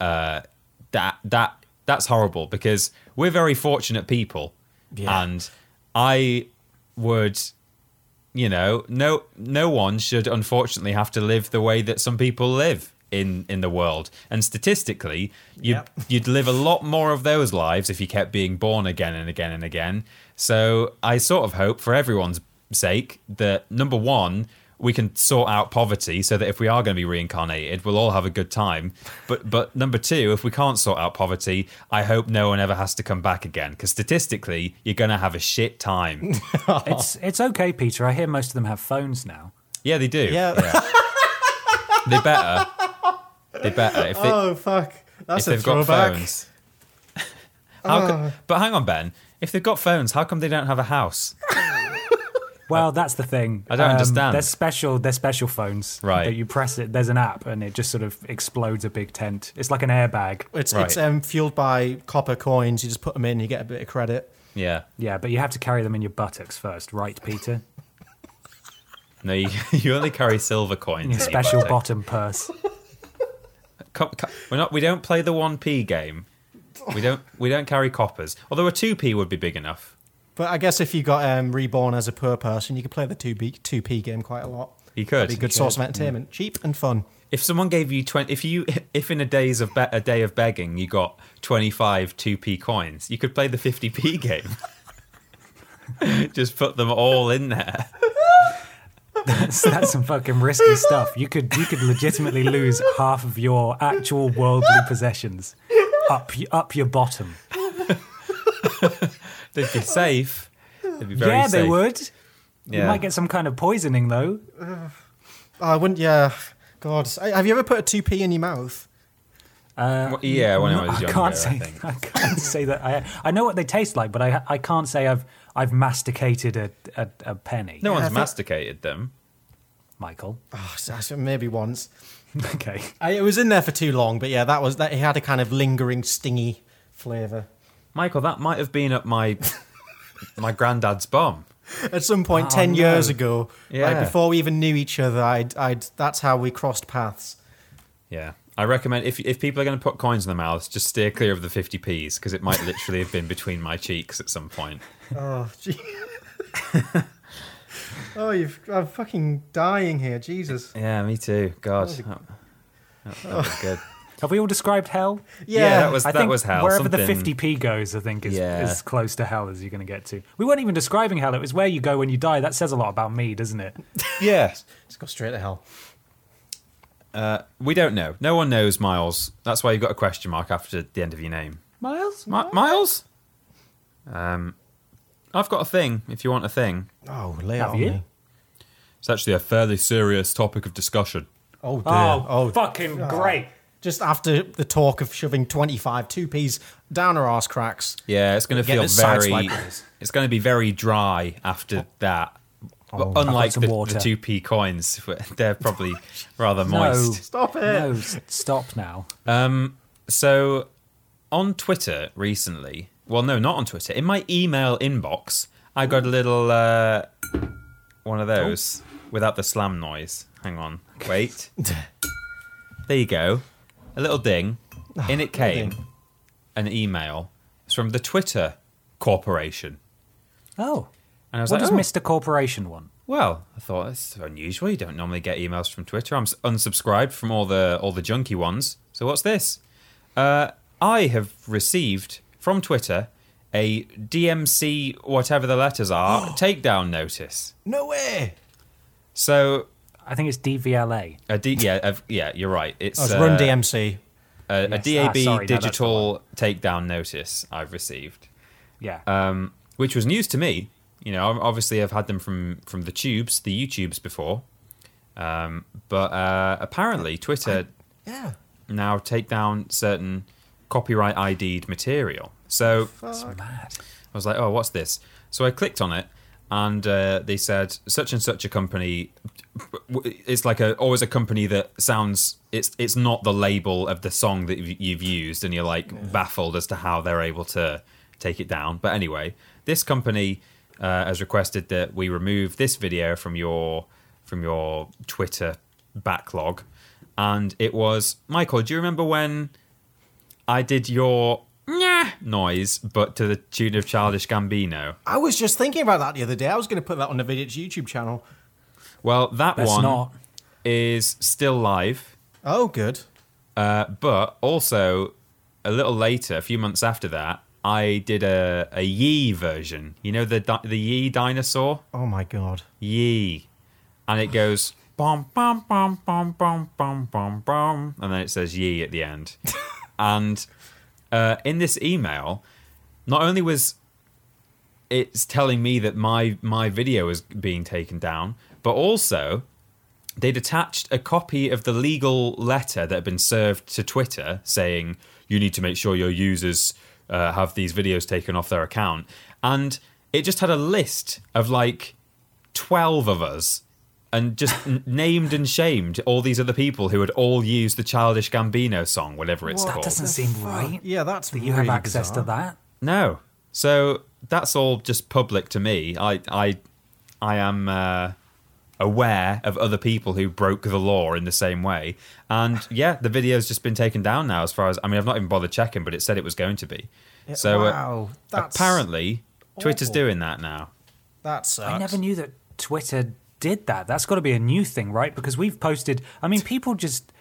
E: Uh, that that that's horrible because we're very fortunate people,
D: Yeah.
E: and I would. You know, no no one should unfortunately have to live the way that some people live in in the world. And statistically, you'd
D: Yep.
E: you'd live a lot more of those lives if you kept being born again and again and again. So I sort of hope for everyone's sake that number one, we can sort out poverty so that if we are going to be reincarnated, we'll all have a good time. But but number two, if we can't sort out poverty, I hope no one ever has to come back again because statistically, you're going to have a shit time.
C: It's it's okay, Peter. I hear most of them have phones now.
E: yeah, they do.
D: Yeah.
E: They better. They better. If they,
D: Oh fuck. That's
E: if
D: a
E: they've got
D: throwback. Oh.
E: phones. How co- but hang on, Ben. If they've got phones, how come they don't have a house?
C: Well, that's the thing. Um,
E: I don't understand.
C: They're special. They're special phones.
E: Right.
C: That you press it. There's an app, and it just sort of explodes a big tent. It's like an airbag.
D: It's
E: Right.
D: it's um, fueled by copper coins. You just put them in, you get a bit of credit.
E: Yeah.
C: Yeah, but you have to carry them in your buttocks first, right, Peter?
E: No, you, you only carry silver coins.
C: In your
E: in your
C: special
E: pocket.
C: bottom purse.
E: Co- co- we're not. We don't play the one p game. We don't. We don't carry coppers. Although a two p would be big enough.
D: But I guess if you got um, reborn as a poor person, you could play the two B two P game quite a lot.
E: You could.
D: Be a good source of entertainment, cheap and fun.
E: If someone gave you twenty, if you, if in a days of be- a day of begging, you got twenty five two p coins, you could play the fifty p game. Just put them all in there.
C: So that's some fucking risky stuff. You could you could legitimately lose half of your actual worldly possessions up y- up your bottom.
E: They'd be safe. They'd be very
C: yeah, they
E: safe.
C: would. You
E: Yeah.
C: might get some kind of poisoning though.
D: Oh, I wouldn't. Yeah, God, I, have you ever put a two P in your mouth?
E: Well, yeah, when I was younger,
C: can't say
E: I think.
C: I can't say that I I know what they taste like, but I I can't say I've I've masticated a a, a penny.
E: No one's
D: I think-
E: masticated them.
C: Michael.
D: Oh, so- so maybe once.
C: Okay.
D: I, it was in there for too long, but yeah, that was that. It had a kind of lingering, stingy flavour.
E: Michael, that might have been up my my granddad's bum.
D: At some point,
C: Oh,
D: ten
C: no.
D: years ago,
E: Yeah.
D: like before we even knew each other, I'd, I'd that's how we crossed paths.
E: Yeah. I recommend if if people are going to put coins in their mouths, just steer clear of the 50p's because it might literally have been between my cheeks at some point.
D: Oh, gee. oh, you've, I'm fucking dying here, Jesus.
E: Yeah, me too. God. That, that- that was good.
C: Have we all described hell?
D: Yeah,
E: that was
C: I
E: that
C: think
E: was hell.
C: Wherever
E: Something-
C: the 50p goes, I think is
E: Yeah.
C: as close to hell as you're going to get to. We weren't even describing hell. It was where you go when you die. That says a lot about me, doesn't it?
E: Yeah.
D: Let's go straight to hell.
E: We don't know. No one knows Miles. That's why you've got a question mark after the end of your name.
C: Miles.
E: Mi- Miles? Um I've got a thing if you want a thing.
D: Oh, lay
C: Have
D: it on
C: you?
D: me.
E: It's actually a fairly serious topic of discussion.
D: Oh, dear.
C: Oh,
D: oh,
C: fucking great.
D: Just after the talk of shoving 25 2Ps down her arse cracks.
E: Yeah, it's going to
D: Get
E: feel
D: this side
E: very.
D: swipe, please.
E: It's going to be very dry after that. But
C: Oh. I've got
E: unlike
C: some
E: the,
C: water.
E: the two p coins, they're probably rather moist.
D: Stop it.
C: No, s- stop now.
E: So, on Twitter recently, well, no, not on Twitter. In my email inbox, I got a little uh, one of those without the slam noise. Hang on, wait. there you go. A little ding. In it came an email. It's from the Twitter Corporation,
C: Oh.
E: and I was
C: What
E: like,
C: does
E: "Oh,
C: Mr. Corporation want?
E: Well, I thought it's unusual. You don't normally get emails from Twitter. I'm s- unsubscribed from all the all the junky ones. So what's this? Uh, I have received from Twitter a DMC whatever the letters are takedown notice.
D: No way.
E: So
C: I think it's DVLA.
E: a D, yeah, uh, yeah, you're right. It's
C: Oh,
D: That's
E: uh,
D: Run DMC.
E: a, a
C: Yes. Ah,
E: DAB
C: sorry, no, that's the
E: digital takedown notice I've received.
C: Yeah.
E: um, which was news to me. You know, ob- obviously I've had them from from the tubes, the YouTubes before, um, but uh, apparently Twitter
D: Yeah.
E: now take down certain copyright ID'd material. So
C: It's mad.
E: I was like, oh, what's this? So I clicked on it, and uh, they said such and such a company. It's like a always a company that sounds it's it's not the label of the song that you've you've used, and you're like baffled as to how they're able to take it down. But anyway, this company uh, has requested that we remove this video from your from your Twitter backlog, and it was Michael. Do you remember when? I did your "Nyeh" noise, but to the tune of Childish Gambino.
D: I was just thinking about that the other day. I was going to put that on the Vidiot's YouTube channel.
E: Well, that
C: That's
E: one
C: not.
E: is still live,
D: Oh, good.
E: uh, but also a little later, a few months after that, I did a, a Yee version. You know the di- the Yee dinosaur,
D: Oh, my God.
E: Yee, and it goes bum bum bum bum bum bum bum bum, and then it says Yee at the end. and uh, in this email, not only was it's telling me that my my video is being taken down, but also they'd attached a copy of the legal letter that had been served to Twitter saying you need to make sure your users uh, have these videos taken off their account, and it just had a list of like twelve of us. And just n- named and shamed all these other people who had all used the Childish Gambino song, whatever it's
C: That
E: called.
C: doesn't seem right.
D: Yeah, that's
C: That you have
D: really
C: access to
D: bizarre.
C: that.
E: No. So that's all just public to me. I I I am uh, aware of other people who broke the law in the same way. And yeah, the video's just been taken down now as far as I mean I've not even bothered checking, but it said it was going to be. so uh,
D: wow, that's
E: apparently Twitter's
D: awful.
E: doing that now.
D: That sucks.
C: I never knew that Twitter did that. That's got to be a new thing, right? Because we've posted. I mean, people just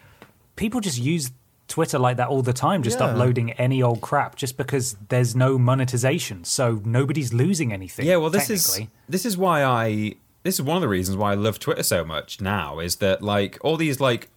C: people just use Twitter like that all the time, just
D: Yeah.
C: uploading any old crap, just because there's no monetization, so nobody's losing anything.
E: Yeah, well, this is
C: technically.
E: this is why I this is one of the reasons why I love Twitter so much now is that like all these like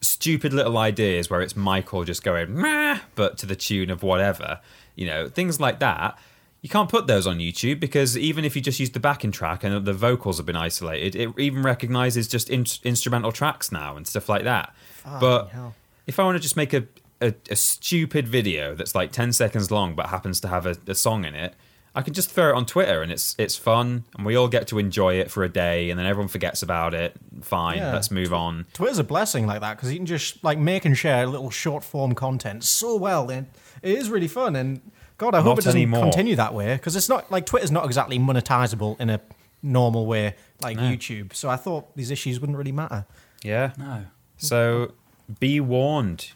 E: stupid little ideas where it's Michael just going meh, but to the tune of whatever, you know, things like that. You can't put those on YouTube because even if you just use the backing track and the vocals have been isolated, it even recognizes just in- instrumental tracks now and stuff like that. but
D: hell.
E: if I want to just make a, a, a stupid video that's like 10 seconds long but happens to have a, a song in it, I can just throw it on Twitter and it's it's fun and we all get to enjoy it for a day and then everyone forgets about it. Fine,
D: Yeah.
E: let's move on.
D: Twitter's a blessing like that because you can just like make and share little short form content so well, and it is really fun. And God, I hope
E: Not
D: it doesn't
E: anymore.
D: continue that way because it's not like Twitter's not exactly monetizable in a normal way like YouTube. So I thought these issues wouldn't really matter.
E: Yeah.
C: no.
E: So be warned.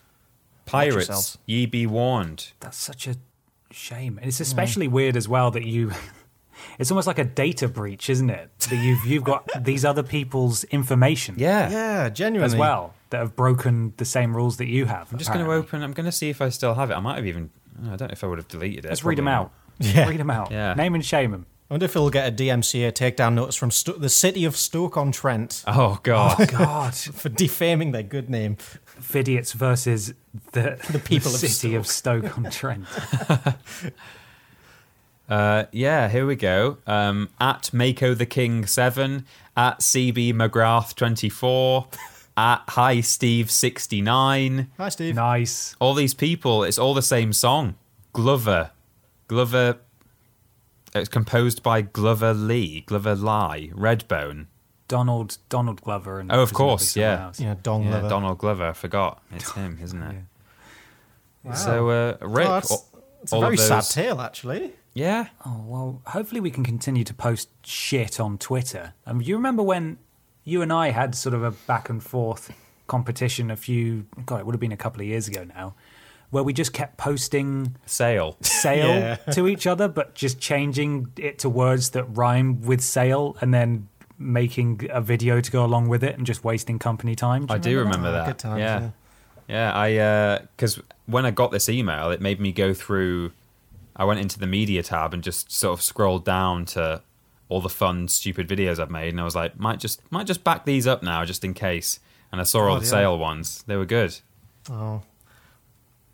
E: Pirates,
D: yourselves.
E: ye be warned.
C: That's such a shame. And it's especially weird as well that you it's almost like a data breach, isn't it? That you've you've got these other people's information
E: Yeah.
D: Yeah, genuinely.
C: as well that have broken the same rules that you have.
E: I'm just going to open, I'm going to see if I still have it. I might have even, I don't know if I would have deleted it.
C: Let's read them
E: Probably
C: out.
D: Yeah.
C: Read them out.
E: Yeah.
C: Name and shame them.
D: I wonder if he'll get a DMCA takedown notice from Sto- the city of Stoke on Trent
E: not. Oh, God.
C: God.
D: for defaming their good name.
C: Fidiots versus the, the
D: people of
C: city of Stoke on Trent.
E: Uh, yeah, here we go. Um, at Mako the King seven, at CB McGrath twenty four, at Hi Steve sixty nine.
D: Hi, Steve.
C: Nice.
E: All these people, it's all the same song. Glover, Glover. uh, It's composed by Glover Lee, Glover Lie, Redbone.
C: Donald Donald Glover and
E: Oh, of
C: presumably
E: course,
C: someone
E: yeah.
C: else.
D: Yeah, Dong
E: Yeah,
D: Leather.
E: Donald Glover. I forgot. It's him, isn't it? So, uh, Rick.
D: Oh, that's,
E: all-
D: it's a
E: all of
D: very sad
E: those-
D: tale, actually.
E: Yeah.
C: Oh well, hopefully we can continue to post shit on Twitter. Um, you remember when you and I had sort of a back and forth competition a few God, it would have been a couple of years ago now, where we just kept posting
E: Sale.
C: sale
D: Yeah.
C: to each other, but just changing it to words that rhyme with sale, and then making a video to go along with it, and just wasting company time. Do you
E: I do
D: that?
E: remember that.
D: Oh, good times,
E: yeah. yeah, I because when I got this email, it made me go through. I went into the media tab and just sort of scrolled down to all the fun, stupid videos I've made, and I was like, might just might just back these up now, just in case. And I saw all
D: Oh,
E: the
D: yeah.
E: sale ones; they were good.
D: Oh.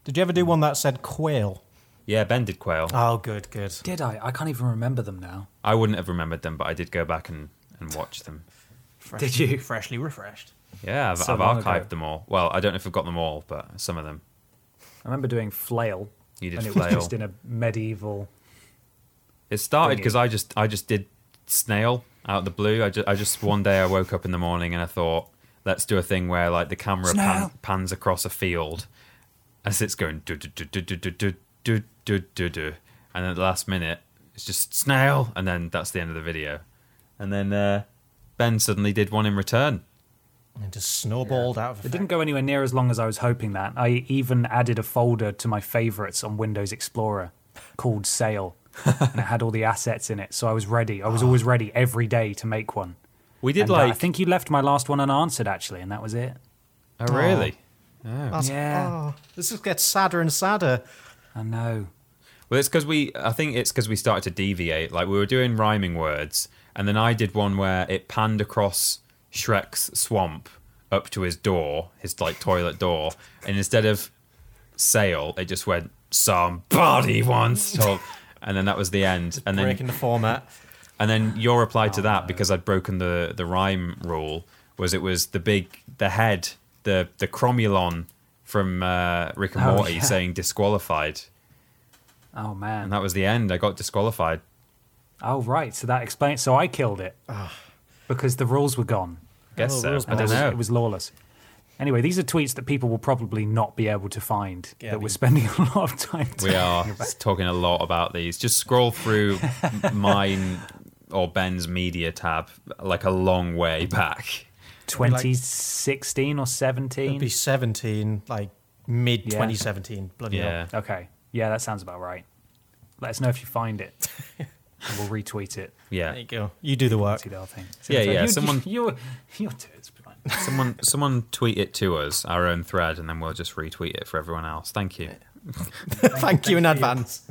D: Did you ever do one that said quail?
E: Yeah, Ben did quail.
D: Oh, good, good.
C: Did I? I can't even remember them now.
E: I wouldn't have remembered them, but I did go back and, and watch them.
D: Fresh-
C: you?
D: Freshly refreshed.
E: Yeah, I've,
C: So
E: I've
C: long ago.
E: archived them all. Well, I don't know if I've got them all, but some of them.
C: I remember doing flail.
E: You did
C: and it
E: flail.
C: was just in a medieval.
E: It started
C: Thingy.
E: because I just I just did snail out of the blue. I just, I just one day I woke up in the morning and I thought, let's do a thing where like the camera pan,
C: Snail.
E: pans across a field as it's going do do do do do do do do do do do, and at the last minute it's just snail, and then that's the end of the video. And then uh, Ben suddenly did one in return.
D: And it just snowballed out of
C: It didn't go anywhere near as long as I was hoping that. I even added a folder to my favorites on Windows Explorer called Sale, and it had all the assets in it. So I was ready. I was always ready every day to make one.
E: We did
C: And, uh,
E: like
C: I think you left my last one unanswered actually, and that was it.
E: oh really.
D: That's,
C: Yeah.
D: oh, this just gets sadder and sadder.
C: I know.
E: Well, it's because we. I think it's because we started to deviate. Like we were doing rhyming words, and then I did one where it panned across Shrek's swamp up to his door, his like toilet door, and instead of sail, it just went somebody once told, and then that was the end. And
D: Breaking
E: then
D: the format.
E: and then your reply
C: Oh,
E: to that because I'd broken the the rhyme rule was it was the big the head the the cromulon from uh, Rick and
C: Oh,
E: Morty
C: yeah.
E: saying disqualified,
C: Oh man.
E: and that was the end. I got disqualified.
C: Oh right. So that explains. So I killed it because the rules were gone.
D: Ah.
E: Guess
D: Oh,
E: so.
D: rules
E: I don't
D: balls.
E: know.
C: It was lawless. Anyway, these are tweets that people will probably not be able to find.
D: Yeah,
C: that
D: we-
C: we're spending a lot of time.
E: we are talking a lot about these. Just scroll through mine or Ben's media tab like a long way back.
C: 2016 or 17.
D: It'd be 17, like mid
C: Yeah.
D: 2017. Bloody
E: Yeah.
D: hell.
C: Okay. Yeah, that sounds about right. Let us know if you find it. and we'll retweet it.
D: There
E: Yeah.
D: you go. You do the work.
C: See the whole thing.
E: Yeah, yeah,
C: You,
E: someone-
C: You, you, you'll do it. It's fine.
E: Someone someone tweet it to us, our own thread, and then we'll just retweet it for everyone else. Thank you.
D: Thank you in advance.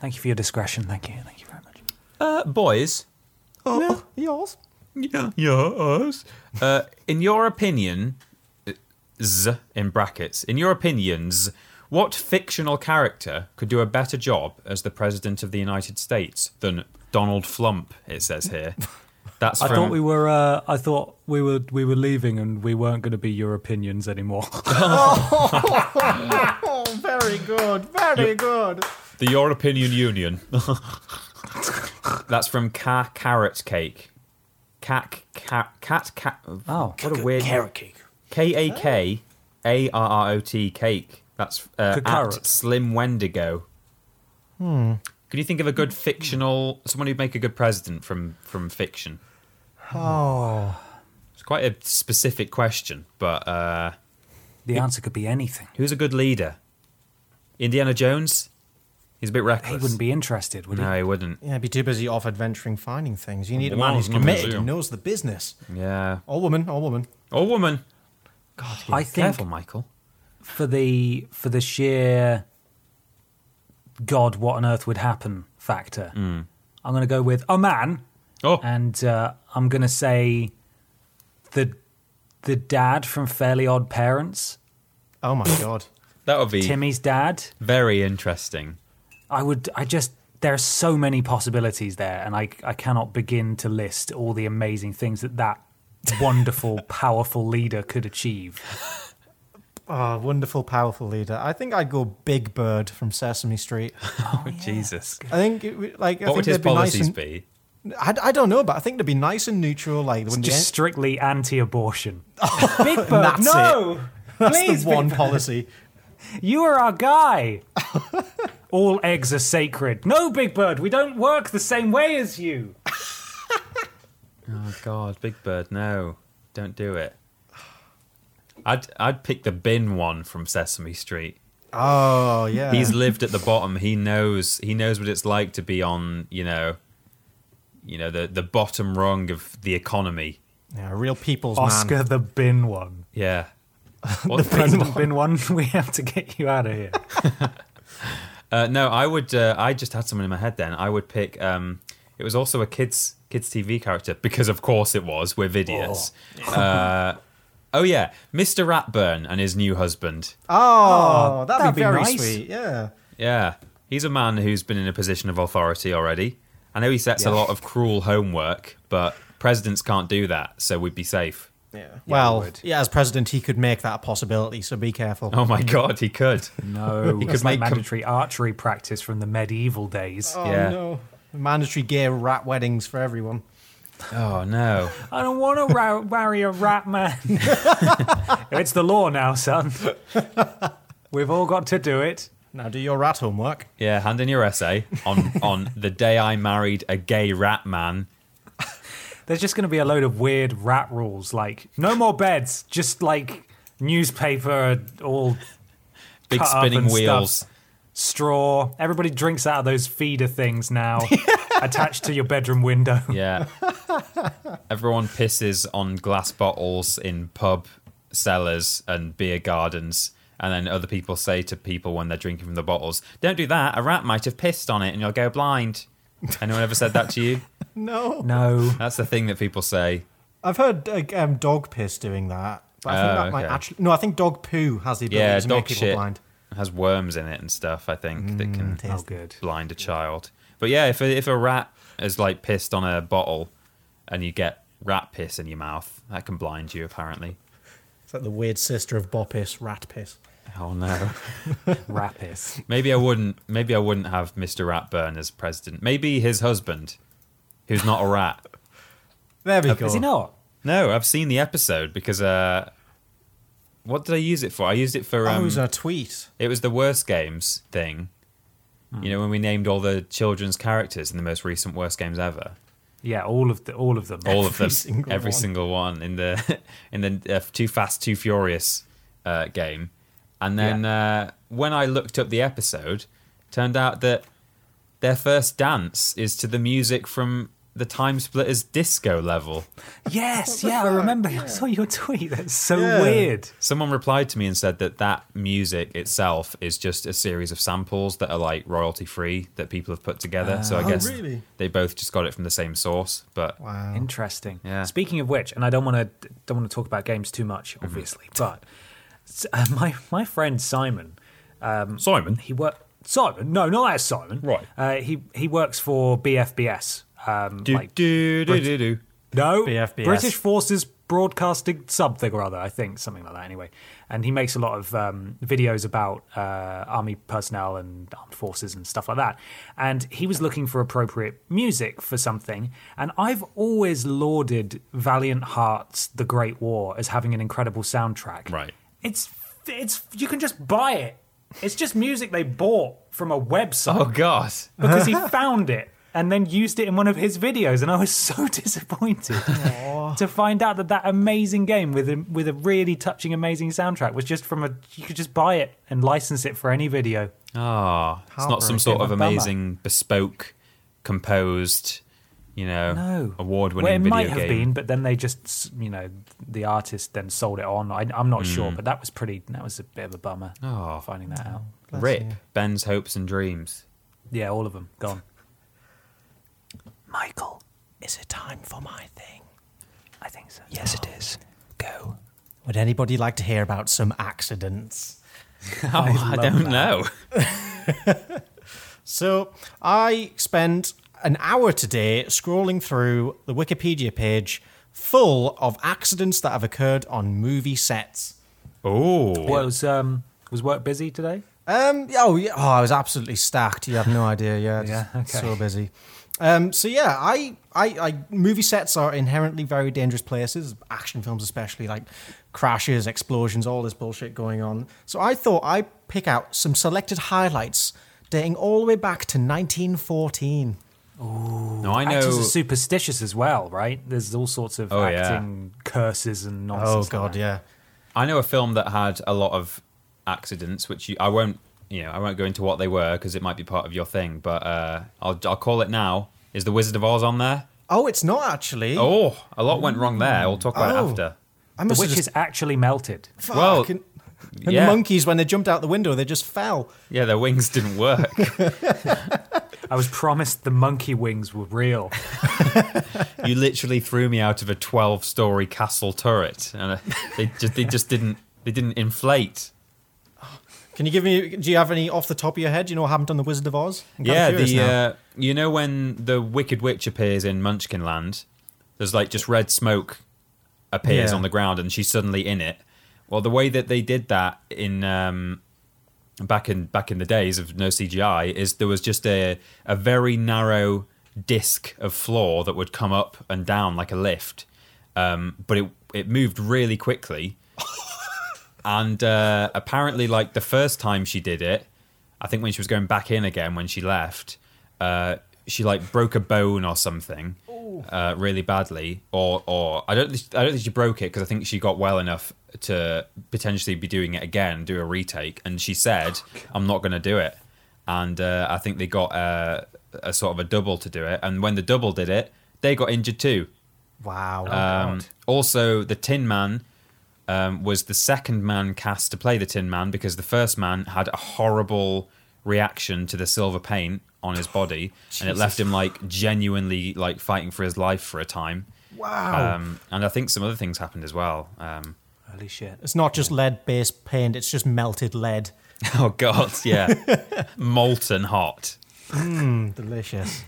C: Thank you for your discretion. Thank you. Thank you very much.
E: Uh, boys.
D: Oh, yours.
E: Yeah. Yes. Uh, in your opinion, z in brackets. In your opinions, what fictional character could do a better job as the president of the United States than Donald Flump? It says here. That's
C: I
E: from,
C: thought we were. Uh, I thought we were. We were leaving, and we weren't going to be your opinions anymore.
D: Oh, very good. Very good.
E: the Your Opinion Union. That's from Ca Carrot Cake. Cat cat cat cat.
C: Oh.
E: what a weird carrot cake. K A K A R R O T cake. That's uh,
C: Kakarot.
E: at Slim Wendigo. Can you think of a good fictional someone who'd make a good president from from fiction?
D: Oh.
E: It's quite a specific question, but uh,
C: the answer could be anything.
E: who's a good leader? Indiana Jones. He's a bit reckless.
C: He wouldn't be interested, would he?
E: No, he wouldn't.
D: Yeah, be too busy off adventuring, finding things. You need a
E: Well,
D: man who's
E: it's gonna be
D: committed
E: you.
D: and knows the business.
E: Yeah.
D: Or woman, or woman.
E: Or woman.
C: I think
E: Careful, Michael.
C: for the for the sheer God, what on earth would happen factor. I'm going to go with a man,
E: Oh,
C: and uh, I'm going to say the the dad from Fairly Odd Parents,
D: Oh my god.
E: that would be
C: Timmy's dad.
E: very interesting.
C: I would. I just there are so many possibilities there, and I I cannot begin to list all the amazing things that that wonderful, powerful leader could achieve.
D: Oh, wonderful, powerful leader. I think I'd go Big Bird from Sesame Street.
E: Oh, Jesus.
D: I think, it, would- like, I
E: What
D: think
E: would his
D: they'd be nice
E: policies
D: and-
E: be?
D: I, I don't know, but I think they'd be nice and neutral. Like,
C: It's
D: when
C: just
D: the en-
C: strictly anti-abortion. Big Bird,
D: that's
C: no,
D: that's
C: please,
D: the one
C: Big
D: policy.
C: Bird, you are our guy. all eggs are sacred. No, Big Bird, we don't work the same way as you.
E: Oh God, Big Bird, no, don't do it. I'd I'd pick the bin one from Sesame Street.
D: Oh yeah,
E: He's lived at the bottom. He knows he knows what it's like to be on, you know, you know the the bottom rung of the economy.
D: yeah, a real people's
C: Oscar
D: man.
C: the bin one.
E: Yeah. What-
C: President bin one. We have to get you out of here.
E: uh, no, I would. Uh, I just had someone in my head. Then I would pick. Um, it was also a kids kids TV character because of course it was. We're idiots. Uh, oh yeah, Mr. Ratburn and his new husband.
D: Oh, that'd,
C: that'd
D: be,
C: be
D: very
C: nice.
D: sweet. Yeah,
E: Yeah. He's a man who's been in a position of authority already. I know he sets a lot of cruel homework, but presidents can't do that, so we'd be safe.
D: yeah. Well,
C: would.
D: yeah, as president, he could make that a possibility. So be careful.
E: Oh my god, he could.
C: No,
E: He
C: he
E: could
C: could like
E: make com-
C: mandatory archery practice from the medieval days.
D: Oh,
E: yeah.
D: no. Mandatory gay rat weddings for everyone.
E: Oh no.
C: I don't want to ra- marry a rat man. it's the law now, son. We've all got to do it.
D: Now do your rat homework.
E: Yeah, hand in your essay on on the day I married a gay rat man.
C: There's just going to be a load of weird rat rules, like no more beds, just like newspaper, all
E: Big
C: cut up
E: spinning
C: and
E: wheels.
C: stuff. straw. Everybody drinks out of those feeder things now, attached to your bedroom window.
E: Yeah. Everyone pisses on glass bottles in pub cellars and beer gardens. And then other people say to people when they're drinking from the bottles, don't do that. A rat might have pissed on it and you'll go blind. Anyone ever said that to you?
D: No,
C: No,
E: That's the thing that people say.
D: I've heard uh, um, dog piss doing that. But I think
E: Oh,
D: that might
E: okay.
D: actually. No, I think dog poo has the ability
E: Yeah,
D: to
E: dog
D: make people
E: shit
D: blind. Mm,
E: has worms in it and stuff, I think, that can
D: tasty.
C: oh good.
E: blind a child. But yeah, if a, if a rat is like pissed on a bottle and you get rat piss in your mouth, that can blind you, apparently.
D: It's like the weird sister of bop piss, rat piss.
E: Oh no.
C: Rapis.
E: Maybe I wouldn't. Maybe I wouldn't have Mr. Ratburn as president. Maybe his husband, who's not a rat.
D: There we go.
C: Is he not?
E: No, I've seen the episode because uh, what did I use it for? I used it for
D: Oh, it
E: um,
D: was a tweet.
E: it was the worst games thing. You know when we named all the children's characters in the most recent worst games ever.
C: Yeah, all of the all of them.
E: all of them,
D: Every single
E: every
D: one.
E: single one in the in the uh, Too Fast, Too Furious uh, game. And then uh, when I looked up the episode, turned out that their first dance is to the music from the Time Splitters disco level.
C: Yes, yeah, I remember. I saw your tweet. That's so
D: Yeah.
C: weird.
E: Someone replied to me and said that that music itself is just a series of samples that are like royalty free that people have put together. so I
D: Oh,
E: guess
D: really?
E: they both just got it from the same source. But
D: Wow.
C: Interesting.
E: Yeah.
C: Speaking of which, and I don't want to don't want to talk about games too much,
E: Mm-hmm.
C: obviously, but s- uh, my my friend Simon,
E: Simon,
C: he worked. Simon? No, not that Simon.
E: Right.
C: Uh, he he works for BFBS. Um,
E: do
C: like-
E: do do do do.
C: No,
D: BFBS.
C: British Forces Broadcasting something or other, I think, something like that. Anyway, and he makes a lot of um, videos about uh, army personnel and armed forces and stuff like that. And he was looking for appropriate music for something, and I've always lauded Valiant Hearts: The Great War as having an incredible soundtrack.
E: Right.
C: It's it's you can just buy it. It's just music they bought from a website
E: Oh God.
C: because he found it and then used it in one of his videos and i was so disappointed to find out that that amazing game with a, with a really touching amazing soundtrack was just from a you could just buy it and license it for any video
E: Ah, it's not some
D: Heartbreaking.
E: sort of
C: Bummer.
E: amazing bespoke, composed, you know,
C: no well, it
E: award-winning
C: might
E: video
C: have
E: game.
C: been but then they just you know the artist then sold it on I, i'm not sure but that was pretty that was a bit of a bummer
E: Hmm. Oh.
C: finding that out
E: Rip Ben's hopes and dreams.
C: yeah all of them gone
F: Michael, is it time for my thing? I think so. Yes, it is. Go.
D: Would anybody like to hear about some accidents?
E: Oh, I,
C: love
E: don't
C: that.
E: know.
D: So I spent an hour today scrolling through the Wikipedia page full of accidents that have occurred on movie sets.
E: Oh,
C: Was um was work busy today?
D: Um. Oh, yeah. Oh, I was absolutely stacked. You have no idea. Yeah. yeah. So busy. Um. So yeah, I, I, I, movie sets are inherently very dangerous places. Action films, especially, like crashes, explosions, all this bullshit going on. So I thought I'd pick out some selected highlights dating all the way back to 1914.
E: no, I know.
C: Actors are superstitious as well, right? There's all sorts of
E: Oh, yeah.
C: acting curses and
D: Oh
C: nonsense.
D: God, yeah.
E: I know a film that had a lot of accidents, which you, I won't, you know, I won't go into what they were because it might be part of your thing. But uh, I'll, I'll call it now. Is the Wizard of Oz on there?
D: Oh, it's not actually.
E: Oh, a lot went wrong there. We'll talk about
D: Oh.
E: it after.
D: I
C: The
D: must have
C: witch
D: just
C: is actually melted.
E: well,
D: fucking- and
E: yeah.
D: the monkeys when they jumped out the window, they just fell.
E: Yeah, their wings didn't work.
C: I was promised the monkey wings were real.
E: you literally threw me out of a twelve-story castle turret, and uh, they just they just didn't they didn't inflate.
D: Can you give me? Do you have any off the top of your head? Do you know what happened on the Wizard of Oz? I'm kinda
E: yeah,
D: curious
E: the
D: now.
E: uh, you know when the Wicked Witch appears in Munchkin Land, there's like just red smoke appears
D: Yeah.
E: on the ground, and she's suddenly in it. Well, the way that they did that in um, back in back in the days of no CGI is there was just a a very narrow disc of floor that would come up and down like a lift, um, but it it moved really quickly. And uh, apparently, like the first time she did it, I think when she was going back in again when she left, uh, she like broke a bone or something uh, really badly, or or I don't think- I don't think she broke it because I think she got well enough to potentially be doing it again, do a retake, and she said, "I'm not going to do it." And uh, I think they got uh, a sort of a double to do it, and when the double did it, they got injured too.
C: Oh,
D: wow.
E: Um, also, the Tin Man um, was the second man cast to play the Tin Man because the first man had a horrible reaction to the silver paint on his body, and it left him like genuinely like fighting for his life for a time.
D: wow.
E: Um, and I think some other things happened as well. Um,
C: Holy shit.
D: It's not just lead based paint, it's just melted lead.
E: oh God, yeah, molten hot.
D: Delicious.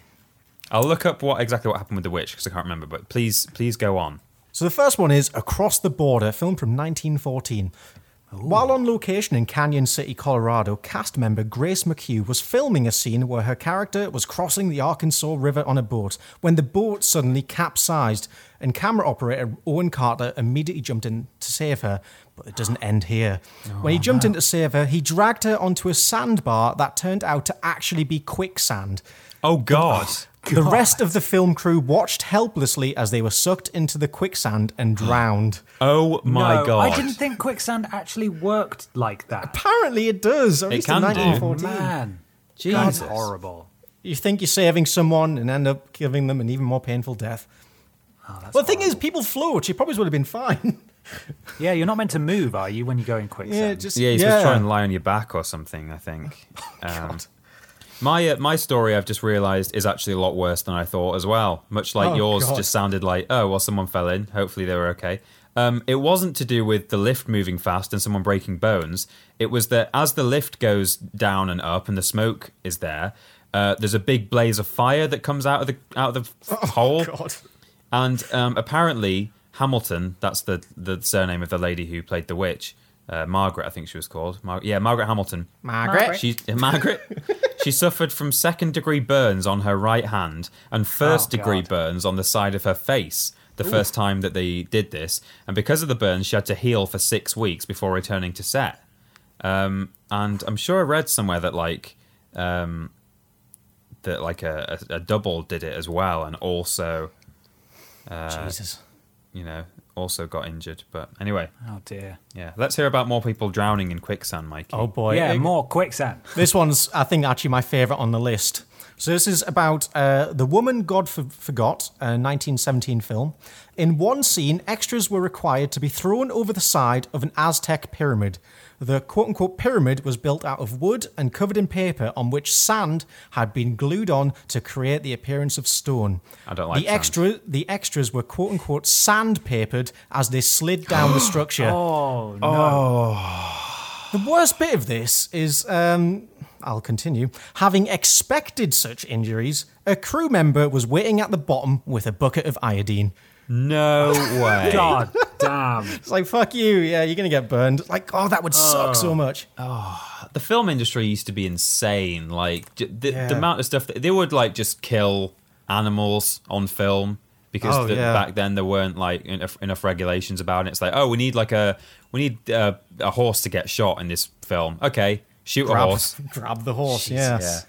E: I'll look up what exactly what happened with the witch because I can't remember. But please, please go on.
D: So the first one is Across the Border, film from 1914. While on location in Canyon City, Colorado, cast member Grace McHugh was filming a scene where her character was crossing the Arkansas River on a boat when the boat suddenly capsized, and camera operator Owen Carter immediately jumped in to save her. But it doesn't end here. when he jumped in to save her, he dragged her onto a sandbar that turned out to actually be quicksand.
E: Oh God.
D: The rest of the film crew watched helplessly as they were sucked into the quicksand and drowned.
E: Oh my
C: No,
E: God.
C: I didn't think quicksand actually worked like that.
D: Apparently, it does. At
E: It
D: least
E: can
D: in
E: do.
D: 1914.
C: Man,
E: Jesus.
C: that's horrible.
D: You think you're saving someone and end up giving them an even more painful death.
E: Oh,
D: well, the thing is, people float. She probably would have been fine.
C: Yeah, you're not meant to move, are you, when you go in quicksand?
E: Yeah, you're supposed to try and lie on your back or something. I think. Um, my uh, my story, I've just realised, is actually a lot worse than I thought as well. Much like
D: Oh,
E: yours,
D: God.
E: just sounded like, oh well, someone fell in. Hopefully they were okay. Um, it wasn't to do with the lift moving fast and someone breaking bones. It was that as the lift goes down and up, and the smoke is there, uh, there's a big blaze of fire that comes out of the out of the hole.
D: God.
E: And um, apparently, Hamilton, that's the, the surname of the lady who played the witch, uh, Margaret, I think she was called. Mar- yeah, Margaret Hamilton.
D: Margaret.
E: She, Margaret. she suffered from second degree burns on her right hand and first
C: Oh,
E: degree
C: God.
E: burns on the side of her face the first time that they did this. And because of the burns, she had to heal for six weeks before returning to set. Um, and I'm sure I read somewhere that, like, um, that like a, a, a double did it as well, and also
D: Oh, Jesus.
E: you know, also got injured. But anyway,
C: Oh, dear.
E: yeah. Let's hear about more people drowning in quicksand, Mikey.
D: Oh, boy.
C: yeah,
D: It-
C: more quicksand.
D: This one's, I think, actually my favourite on the list. So this is about uh, the woman God for- forgot, a 1917 film. In one scene, extras were required to be thrown over the side of an Aztec pyramid. The quote-unquote pyramid was built out of wood and covered in paper on which sand had been glued on to create the appearance of stone.
E: I don't like
D: the
E: sand.
D: extra. The extras were quote-unquote sandpapered as they slid down the
E: Oh,
D: structure.
C: Oh, no.
D: The worst bit of this is um, I'll continue. Having expected such injuries, a crew member was waiting at the bottom with a bucket of iodine.
E: No way.
C: God damn.
D: It's like, fuck you, yeah, you're gonna get burned. Like, oh, that would suck so much.
E: the film industry used to be insane. Like j- the,
D: Yeah.
E: the amount of stuff that they would like just kill animals on film because
D: Oh,
E: the,
D: yeah.
E: back then there weren't like enough, enough regulations about it. It's like, oh, we need like a we need uh, a horse to get shot in this film. Okay, shoot a
D: grab,
E: horse.
D: grab the horse,
E: Jesus.
D: yeah.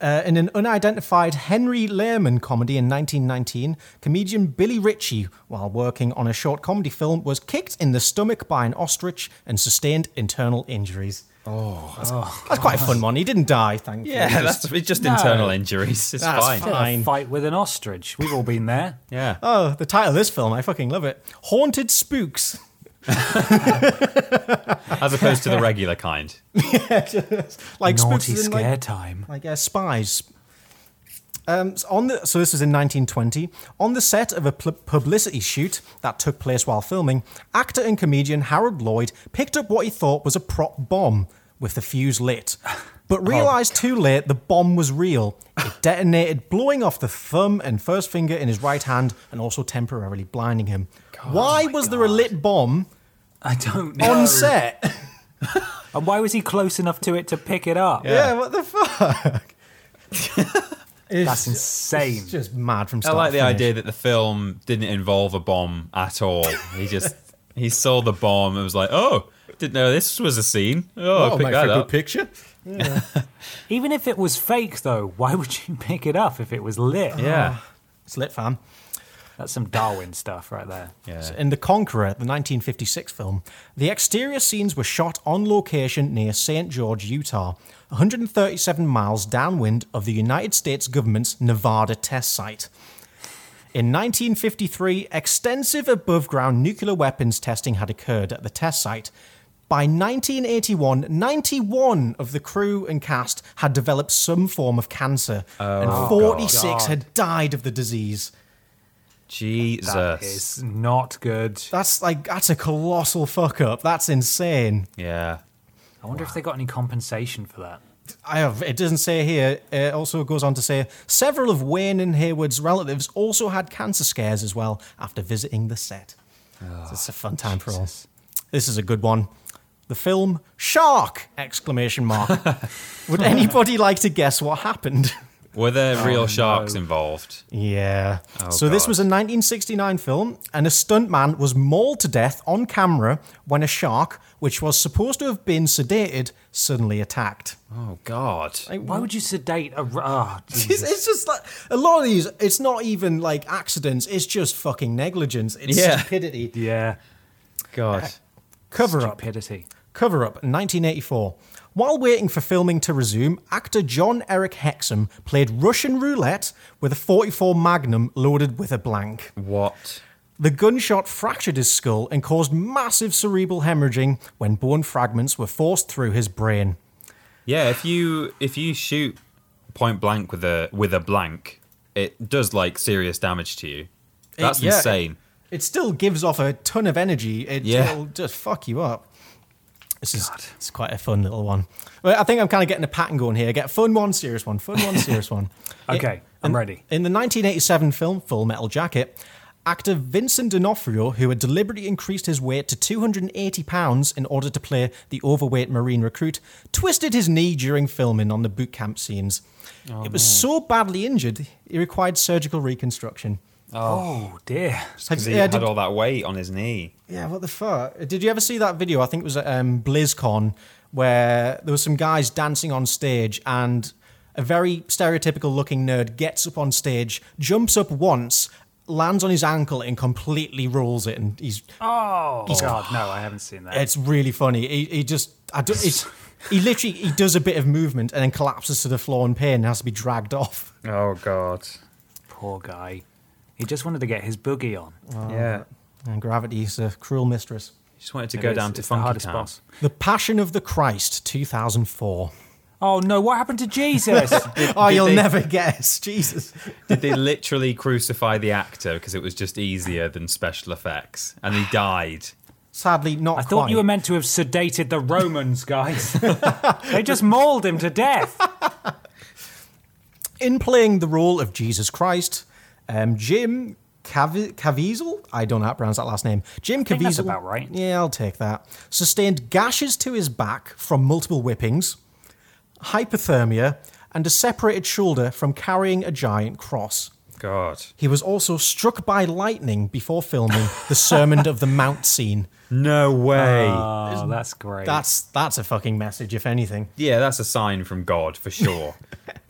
D: Uh, in an unidentified Henry Lehman comedy in 1919, comedian Billy Ritchie, while working on a short comedy film, was kicked in the stomach by an ostrich and sustained internal injuries. Oh, that's, that's quite a fun one. He didn't die, thankfully.
E: Yeah,
D: Just-
E: that's it's just internal injuries. It's
D: That's
E: fine.
D: fine.
C: A fight with an ostrich. We've all been there.
E: Yeah.
D: oh, the title of this film, I fucking love it. Haunted Spooks.
E: As opposed to the regular kind.
D: Like
C: Naughty
D: spooks in,
C: scare
D: like,
C: time.
D: like uh, spies. Um, so on the so this was in 1920. On the set of a pl- publicity shoot that took place while filming, actor and comedian Harold Lloyd picked up what he thought was a prop bomb with the fuse lit, but realized too late the bomb was real. It detonated, blowing off the thumb and first finger in his right hand, and also temporarily blinding him. Why was there a lit bomb
C: I don't know.
D: on set?
C: And why was he close enough to it to pick it up?
D: yeah, what the fuck? It's
C: That's insane.
D: It's just mad from
E: I
D: start.
E: like
D: to
E: the
D: finish.
E: idea that the film didn't involve a bomb at all. He just he saw the bomb and was like, "Oh, didn't know this was a scene." Oh, I'll pick that up.
D: picture.
C: Even if it was fake, though, why would you pick it up if it was lit?
E: yeah,
D: It's lit, fam.
C: That's some Darwin stuff right there.
E: yeah.
D: In The Conqueror, the 1956 film, the exterior scenes were shot on location near St. George, Utah, 137 miles downwind of the United States government's Nevada test site. In 1953, extensive above ground nuclear weapons testing had occurred at the test site. By 1981, 91 of the crew and cast had developed some form of cancer, and 46
C: God.
D: had died of the disease.
E: Jesus.
C: That is not good.
D: That's like that's a colossal fuck up. That's insane.
E: Yeah.
C: I wonder if they got any compensation for that.
D: I have. It doesn't say here. It also goes on to say several of Wayne and Hayward's relatives also had cancer scares as well after visiting the set. So it's a fun time for all. This is a good one. The film Shark! Exclamation mark. Would anybody like to guess what happened?
E: Were there
D: Oh,
E: real sharks involved?
D: Yeah. so this
E: Oh, God.
D: was a 1969 film, and a stuntman was mauled to death on camera when a shark, which was supposed to have been sedated, suddenly attacked.
E: Oh God.
C: Why would you sedate a. Oh,
D: It's,
C: Jesus.
D: it's just like a lot of these. It's not even like accidents. It's just fucking negligence. It's
E: Yeah.
D: stupidity.
C: yeah.
E: God.
D: Cover up.
C: Stupidity.
D: Cover Up, 1984. While waiting for filming to resume, actor John Eric Hexam played Russian roulette with a 44 Magnum loaded with a blank.
E: What?
D: The gunshot fractured his skull and caused massive cerebral hemorrhaging when bone fragments were forced through his brain.
E: Yeah. If you if you shoot point blank with a with a blank, it does like serious damage to you. That's
D: yeah, it-
E: insane.
D: It still gives off a ton of energy. It
E: Yeah.
D: will just fuck you up. This is it's quite a fun little one. Well, I think I'm kind of getting a pattern going here. Get fun one, serious one, fun one, serious one.
C: Okay, I'm
D: in-
C: ready.
D: In the 1987 film Full Metal Jacket, actor Vincent D'Onofrio, who had deliberately increased his weight to 280 pounds in order to play the overweight Marine recruit, twisted his knee during filming on the boot camp scenes. it was so badly injured, he required surgical reconstruction.
C: Oh, dear.
D: Have-
E: 'Cause he
D: yeah,
E: had
D: did-
E: all that weight on his knee.
D: Yeah, what the fuck? Did you ever see that video? I think it was at um, BlizzCon where there were some guys dancing on stage and a very stereotypical looking nerd gets up on stage, jumps up once, lands on his ankle and completely rolls it and he's
C: Oh, God, no, I haven't seen that.
D: it's really funny. He, he just I do, it's, he literally he does a bit of movement and then collapses to the floor in pain and has to be dragged off.
E: Oh God.
C: Poor guy. He just wanted to get his boogie on.
E: Yeah.
D: And gravity is a cruel mistress.
E: Just wanted to
C: It
E: go
C: is,
E: down to
C: it's the
E: Funky
C: hardest
E: Town.
C: boss.
D: The Passion of the Christ 2004.
C: Oh no! What happened to Jesus?
D: Oh,
E: Did
D: you'll
E: they-
D: never guess. Jesus.
E: Did they literally crucify the actor because it was just easier than special effects, and he died?
D: Sadly, not
C: I thought
D: quite.
C: you were meant to have sedated the Romans, guys. they just mauled him to death.
D: In playing the role of Jesus Christ, um, Jim Cav- Caviezel, I don't know how to pronounce that last name. Jim Caviezel.
C: think that's about right.
D: Yeah, I'll take that. Sustained gashes to his back from multiple whippings, hypothermia, and a separated shoulder from carrying a giant cross.
E: God.
D: He was also struck by lightning before filming the Sermon of the Mount scene.
E: No way.
C: Oh, that's great.
D: That's that's a fucking message, if anything.
E: yeah, that's a sign from God for sure.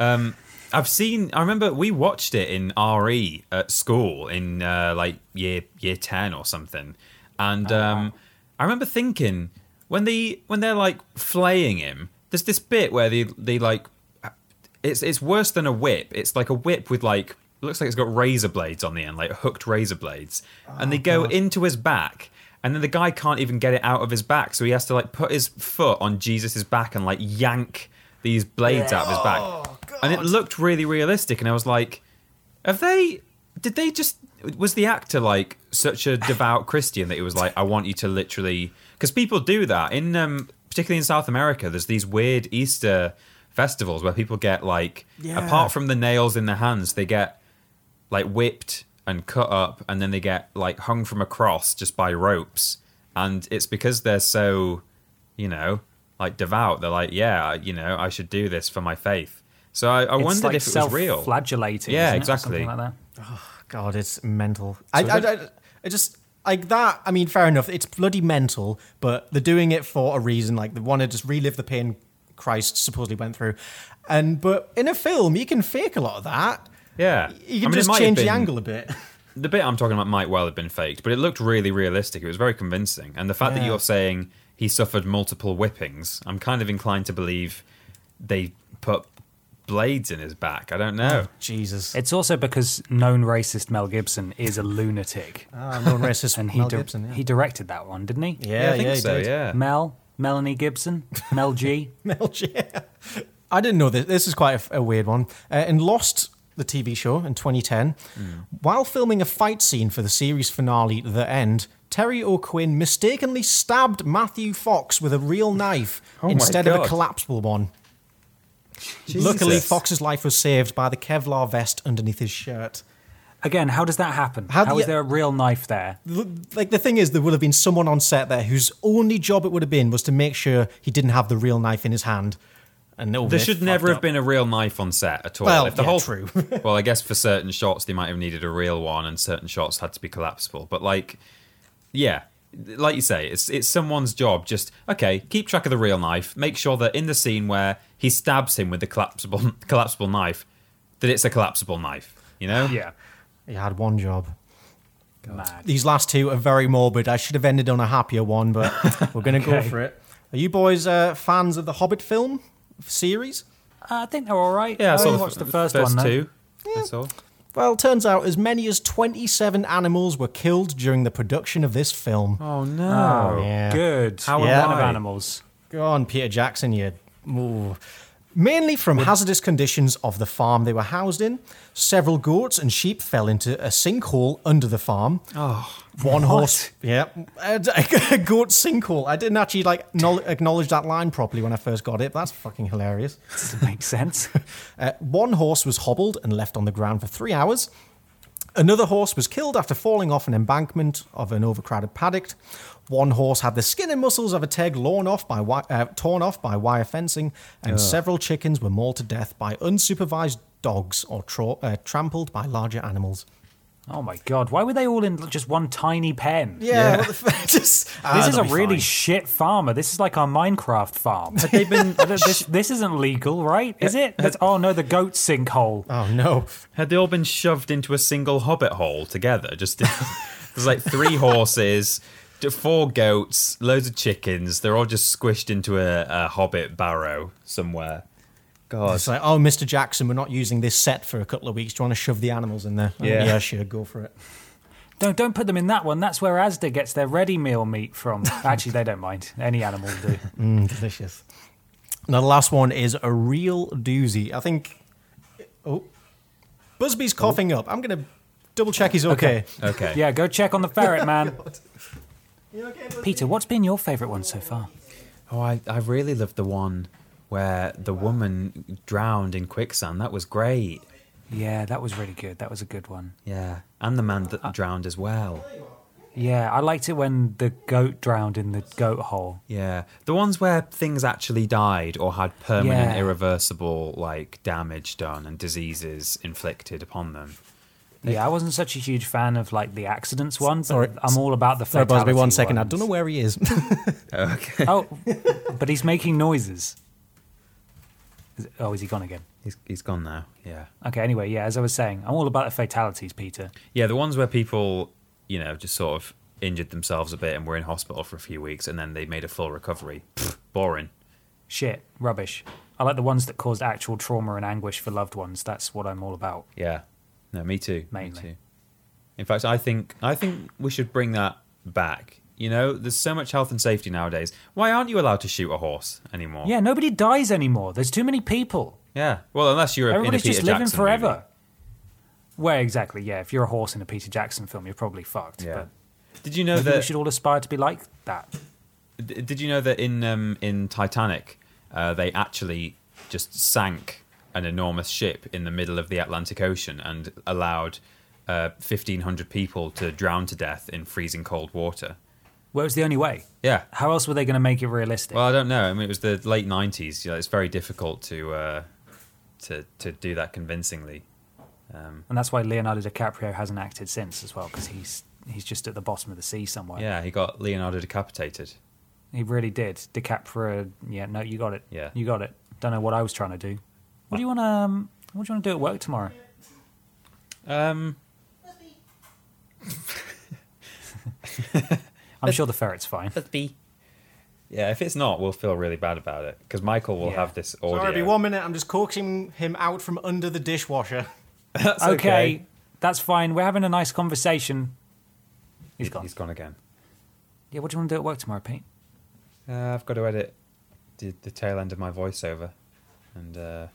E: um, I've seen. I remember we watched it in RE at school in uh, like year year ten or something, and
C: Oh,
E: um, I remember thinking when they when they're like flaying him. There's this bit where they they like it's it's worse than a whip. It's like a whip with like looks like it's got razor blades on the end, like hooked razor blades, and they go into his back. And then the guy can't even get it out of his back, so he has to like put his foot on Jesus's back and like yank these blades out of his back. and it looked really realistic, and I was like, "Have they? Did they just? Was the actor like such a devout Christian that he was like, I want you to literally? Because people do that in, um, particularly in South America. There's these weird Easter festivals where people get like, apart from the nails in their hands, they get like whipped and cut up and then they get like hung from a cross just by ropes and it's because they're so you know like devout they're like yeah you know i should do this for my faith so i, I
C: It's
E: wondered
C: like
E: if it was real
C: Self-flagellating.
E: Yeah,
C: isn't it?
E: exactly.
C: Something like that.
D: God, it's mental. I, I, I, I just like that. I mean, fair enough. It's bloody mental, but they're doing it for a reason. Like they want to just relive the pain Christ supposedly went through. And but in a film, you can fake a lot of that.
E: yeah
D: You
E: I
D: can
E: mean, it
D: just
E: might have
D: change the
E: been-
D: angle a bit.
E: the bit i'm talking about might well have been faked but it looked really realistic it was very convincing and the fact that
D: Yeah.
E: you're saying he suffered multiple whippings i'm kind of inclined to believe they put blades in his back i don't know
D: Jesus.
C: It's also because known racist Mel Gibson is a lunatic,
D: Ah, known racist
C: and he
D: Mel
C: di-
D: Gibson. Yeah,
C: he directed that one, didn't he?
D: yeah,
E: i think
D: yeah, he
E: so
D: did.
E: yeah
C: Mel, Melanie Gibson, Mel G.
D: Mel G. I didn't know this. This is quite a f- a, weird one. Uh, in Lost, the TV show in 2010, while filming a fight scene for the series finale, The End, Terry O'Quinn mistakenly stabbed Matthew Fox with a real knife
E: Oh my
D: instead of a
E: God.
D: collapsible one. Luckily,
E: Jesus.
D: Fox's life was saved by the Kevlar vest underneath his shirt.
C: Again, how does that happen?
D: How
C: How is
D: do you-
C: there a real knife there?
D: L- Like the thing is, there would have been someone on set there whose only job it would have been was to make sure he didn't have the real knife in his hand. And no,
E: There
D: they
E: should
D: fucked
E: never
D: up.
E: have been a real knife on set at all.
D: Well,
E: if the
D: yeah,
E: whole
D: true.
E: well, I guess for certain shots they might have needed a real one, and certain shots had to be collapsible. But like, yeah, like you say, it's it's someone's job. Just okay, keep track of the real knife. Make sure that in the scene where he stabs him with the collapsible collapsible knife, that it's a collapsible knife. You know?
C: Yeah,
D: He had one job.
C: mad.
D: These last two are very morbid. I should have ended on a happier one, but we're going to go
C: Okay.
D: for it. Are you boys uh, fans of the Hobbit film series?
C: Uh, I think they're all right.
E: Yeah, I
C: I
E: saw
C: only
E: the,
C: Oh, watched the first, one. though.
E: two. I saw.
D: Well, it turns out as many as 27 animals were killed during the production of this film.
E: Oh no!
D: yeah.
C: Good. How a
D: Yeah.
C: lot of
D: Why?
C: animals.
D: Go on, Peter Jackson, you. Ooh. Mainly from hazardous conditions of the farm they were housed in, several goats and sheep fell into a sinkhole under the farm. Oh, one horse. Yeah, a, a goat sinkhole. I didn't actually like no- acknowledge that line properly when I first got it. But that's fucking hilarious.
C: Doesn't make sense.
D: Uh, one horse was hobbled and left on the ground for three hours. Another horse was killed after falling off an embankment of an overcrowded paddock. One horse had the skin and muscles of a teg lawn off by wi- uh, torn off by wire fencing, and several chickens were mauled to death by unsupervised dogs or tro- uh, trampled by larger animals.
C: Oh my god, why were they all in just one tiny pen?
D: Yeah, What the f- just ah,
C: This is a
D: that'll be
C: really
D: fine.
C: shit farmer. This is like our Minecraft farm.
E: Had they been
C: this, this isn't legal, right? Is it? That's, oh no, the goat sinkhole.
D: oh no.
E: Had they all been shoved into a single hobbit hole together? Just there's like three horses, d- four goats, loads of chickens. They're all just squished into a, a hobbit barrow somewhere. God,
D: It's like, oh, Mr. Jackson, we're not using this set for a couple of weeks. Do you want to shove the animals in there? Oh,
E: Yeah.
D: yeah, sure, go for it.
C: Don't don't put them in that one. That's where Asda gets their ready meal meat from. Actually, they don't mind. Any animal will do.
D: Delicious. Now the last one is a real doozy. I think. Oh, Busby's coughing up. I'm gonna double check he's Oh. okay.
E: okay.
C: Yeah, go check on the ferret, man. Peter, what's been your favourite one so far?
E: Oh, I, I really loved the one where the woman drowned in quicksand. That was great.
C: Yeah, that was really good. That was a good one.
E: Yeah. And the man that drowned as well.
C: Yeah, I liked it when the goat drowned in the goat hole.
E: Yeah. The ones where things actually died or had permanent,
C: Yeah.
E: irreversible, like, damage done and diseases inflicted upon them.
C: Yeah, I wasn't such a huge fan of like the accidents one, but
D: Sorry.
C: I'm all about the
D: Sorry,
C: fatality
D: Busby, one second. I
C: ones.
D: don't know where he is.
C: Oh, but he's making noises. Is- Oh, is he gone again?
E: He's, he's gone now. Yeah.
C: Okay, anyway, yeah, as I was saying, I'm all about the fatalities, Peter.
E: Yeah, the ones where people, you know, just sort of injured themselves a bit and were in hospital for a few weeks and then they made a full recovery. Pfft, boring.
C: Shit, rubbish. I like the ones that caused actual trauma and anguish for loved ones. That's what I'm all about.
E: Yeah. No, me too.
C: Mainly.
E: Me too. In fact, I think I think we should bring that back. You know, there's so much health and safety nowadays. Why aren't you allowed to shoot a horse anymore?
C: Yeah, nobody dies anymore. There's too many people.
E: Yeah. Well, unless you're
C: Everybody's
E: in a Peter
C: just living
E: Jackson
C: forever.
E: movie.
C: Well, exactly. Yeah, if you're a horse in a Peter Jackson film, you're probably fucked.
E: Yeah.
C: But
E: Did you know
C: maybe we
E: that?
C: should all aspire to be like that.
E: d- Did you know that in um, in Titanic, uh, they actually just sank an enormous ship in the middle of the Atlantic Ocean and allowed uh, 1,500 people to drown to death in freezing cold water.
C: Well, it's the only way.
E: Yeah.
C: How else were they going to make it realistic?
E: Well, I don't know. I mean, it was the late '90s. You know, it's very difficult to uh, to to do that convincingly.
C: and that's why Leonardo DiCaprio hasn't acted since as well, because he's he's just at the bottom of the sea somewhere.
E: Yeah, he got Leonardo decapitated.
C: He really did. DiCaprio. Yeah, no, you got it.
E: Yeah.
C: you got it. Don't know what I was trying to do. What do you want to? Um, what do you want to do at work tomorrow?
E: Um,
C: I'm sure the ferret's fine.
E: yeah, if it's not, we'll feel really bad about it because Michael will
C: Yeah.
E: have this audio.
D: Sorry, be one minute. I'm just coaxing him out from under the dishwasher.
E: That's
C: okay. that's fine. We're having a nice conversation. He's gone.
E: He's gone again.
C: Yeah, what do you want to do at work tomorrow, Pete?
E: Uh, I've got to edit the, the tail end of my voiceover and uh,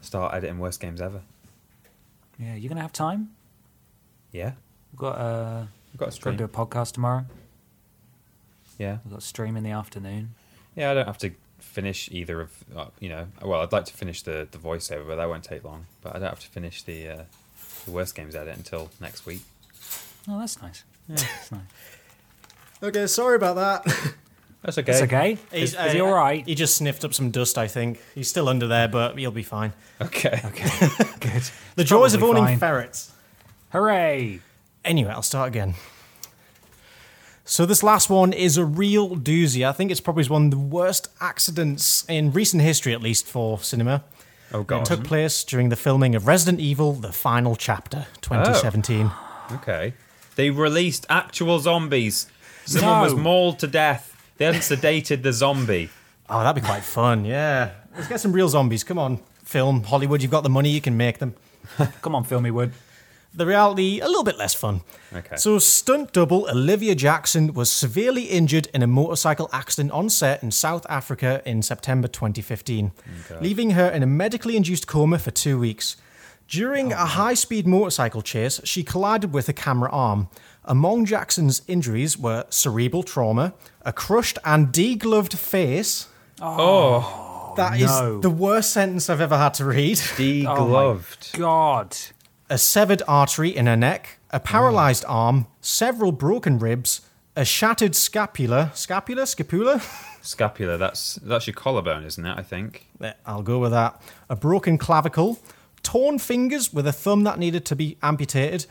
E: start editing worst games ever.
C: Yeah, you're gonna have time.
E: Yeah,
C: We've got uh,
E: I've
C: got
E: got a
C: to
E: stream.
C: do a podcast tomorrow.
E: Yeah,
C: We've got a stream in the afternoon.
E: yeah. I don't have to finish either of uh, you know. Well, I'd like to finish the the voiceover, but that won't take long. But I don't have to finish the uh, the worst games edit until next week.
C: Oh, that's nice. Yeah, that's nice.
D: Okay, sorry about that.
E: That's okay.
C: It's okay.
D: He's- uh,
C: is, is he all right?
D: He just sniffed up some dust, I think. He's still under there, but he'll be fine.
E: Okay.
C: Good.
D: The joys of
C: Probably
D: owning
C: fine.
D: ferrets.
C: Hooray!
D: Anyway, I'll start again. So this last one is a real doozy. I think it's probably one of the worst accidents in recent history, at least for cinema.
E: Oh
D: It
E: god.
D: took place during the filming of Resident Evil: The Final Chapter, 2017.
E: Okay. They released actual zombies. Someone was
C: No.
E: mauled to death. They hadn't sedated the zombie.
D: Oh, that'd be quite fun. Yeah, let's get some real zombies. Come on, film Hollywood. You've got the money. You can make them.
C: Come on, filmy wood.
D: the reality a little bit less fun.
E: Okay.
D: So stunt double Olivia Jackson was severely injured in a motorcycle accident on set in South Africa in September 2015, leaving her in a medically induced coma for 2 weeks. During a high-speed motorcycle chase, she collided with a camera arm. Among Jackson's injuries were cerebral trauma, a crushed and degloved face. Oh, that is
C: no.
D: the worst sentence I've ever had to read
E: Degloved.
C: God.
D: a severed artery in her neck, a paralyzed arm, several broken ribs, a shattered scapula. Scapula? Scapula?
E: Scapula, that's that's your collarbone, isn't it? I think.
D: Eh, I'll go with that. A broken clavicle, torn fingers with a thumb that needed to be amputated,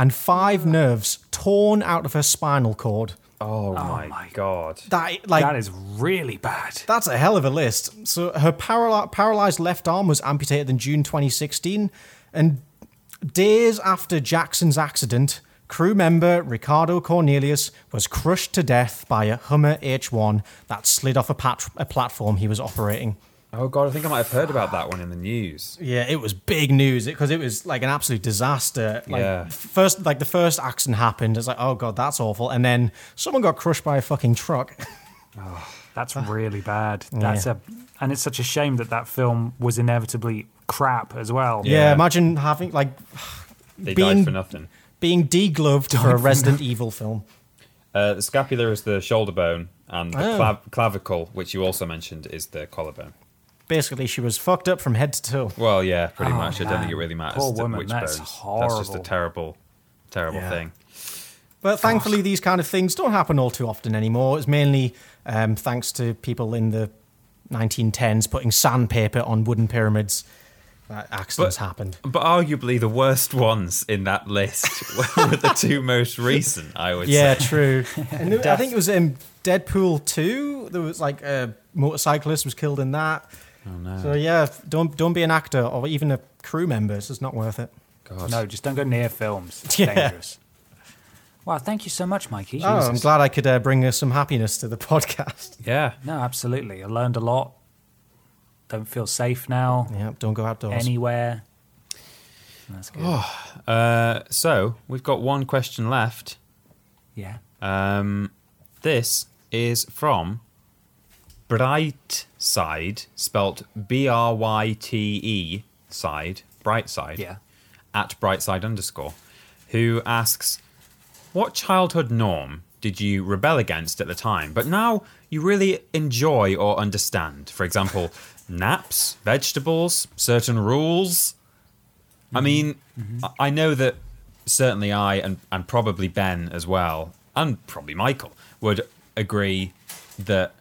D: and five nerves torn out of her spinal cord.
E: Oh, my,
C: my
E: god.
D: That, like,
C: that is really bad.
D: That's a hell of a list. So her paral- paralyzed left arm was amputated in June 2016, and days after Jackson's accident, crew member Ricardo Cornelius was crushed to death by a Hummer H1 that slid off a, pat- a platform he was operating.
E: Oh god, I think I might have heard about that one in the news.
D: Yeah, it was big news because it was like an absolute disaster. Like
E: Yeah.
D: first, like the first accident happened, it's like, oh god, that's awful, and then someone got crushed by a fucking truck.
C: That's
D: Ah.
C: really bad. That's a, and it's such a shame that that film was inevitably crap as well.
D: yeah imagine having like
E: They
D: Being-
E: died for nothing.
D: being degloved for a Resident Evil film.
E: Uh, the scapula is the shoulder bone, and the
D: Oh.
E: clav- clavicle, which you also mentioned, is the collarbone.
D: Basically, she was fucked up from head to toe.
E: Well, yeah, pretty
C: Oh,
E: much. I don't think it
C: man.
E: really matters
C: Poor
E: to
C: woman,
E: which
C: that's
E: bones. That's just a
C: horrible.
E: terrible, terrible
D: Yeah.
E: thing.
D: But thankfully, these kind of things don't happen all too often anymore. It's mainly um, thanks to people in the 1910s putting sandpaper on wooden pyramids that accidents
E: But-
D: happened.
E: But arguably the worst ones in that list were the two most recent. I would
D: Yeah,
E: say.
D: true. and there- I think it was in Deadpool 2. There was like a motorcyclist was killed in that. Oh no. So yeah, don't don't be an actor or even a crew member. It's just not worth it.
E: God.
C: No, just don't go near films. It's
D: Yeah.
C: dangerous. Wow, thank you so much, Mikey.
D: Oh, I'm glad I could uh, bring uh, some happiness to the podcast.
E: Yeah.
C: No, absolutely. I learned a lot. Don't feel safe now.
D: Yeah, don't go outdoors.
C: Anywhere. That's good.
D: Oh.
E: Uh, so we've got one question left.
C: Yeah.
E: Um, this is from Bright Side, spelt B R Y T E side, Bright Side.
C: Yeah.
E: At Brightside underscore, who asks, What childhood norm did you rebel against at the time, but now you really enjoy or understand? For example, naps, vegetables, certain rules. I mean, I- I know that certainly I and, and probably Ben as well, and probably Michael, would agree that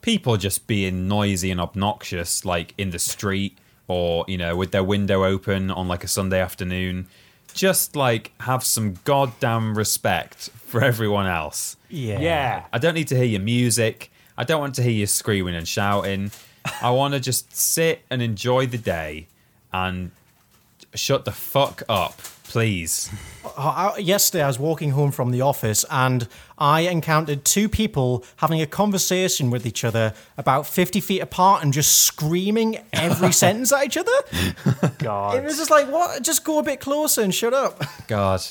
E: people just being noisy and obnoxious, like in the street or, you know, with their window open on like a Sunday afternoon, just like have some goddamn respect for everyone else.
D: Yeah.
C: Yeah.
E: I don't need to hear your music. I don't want to hear you screaming and shouting. I want to just sit and enjoy the day and shut the fuck up, please.
D: I- I- yesterday I was walking home from the office and I encountered two people having a conversation with each other about 50 feet apart and just screaming every sentence at each other. It
C: God.
D: was just like, what? Just go a bit closer and shut up.
E: God.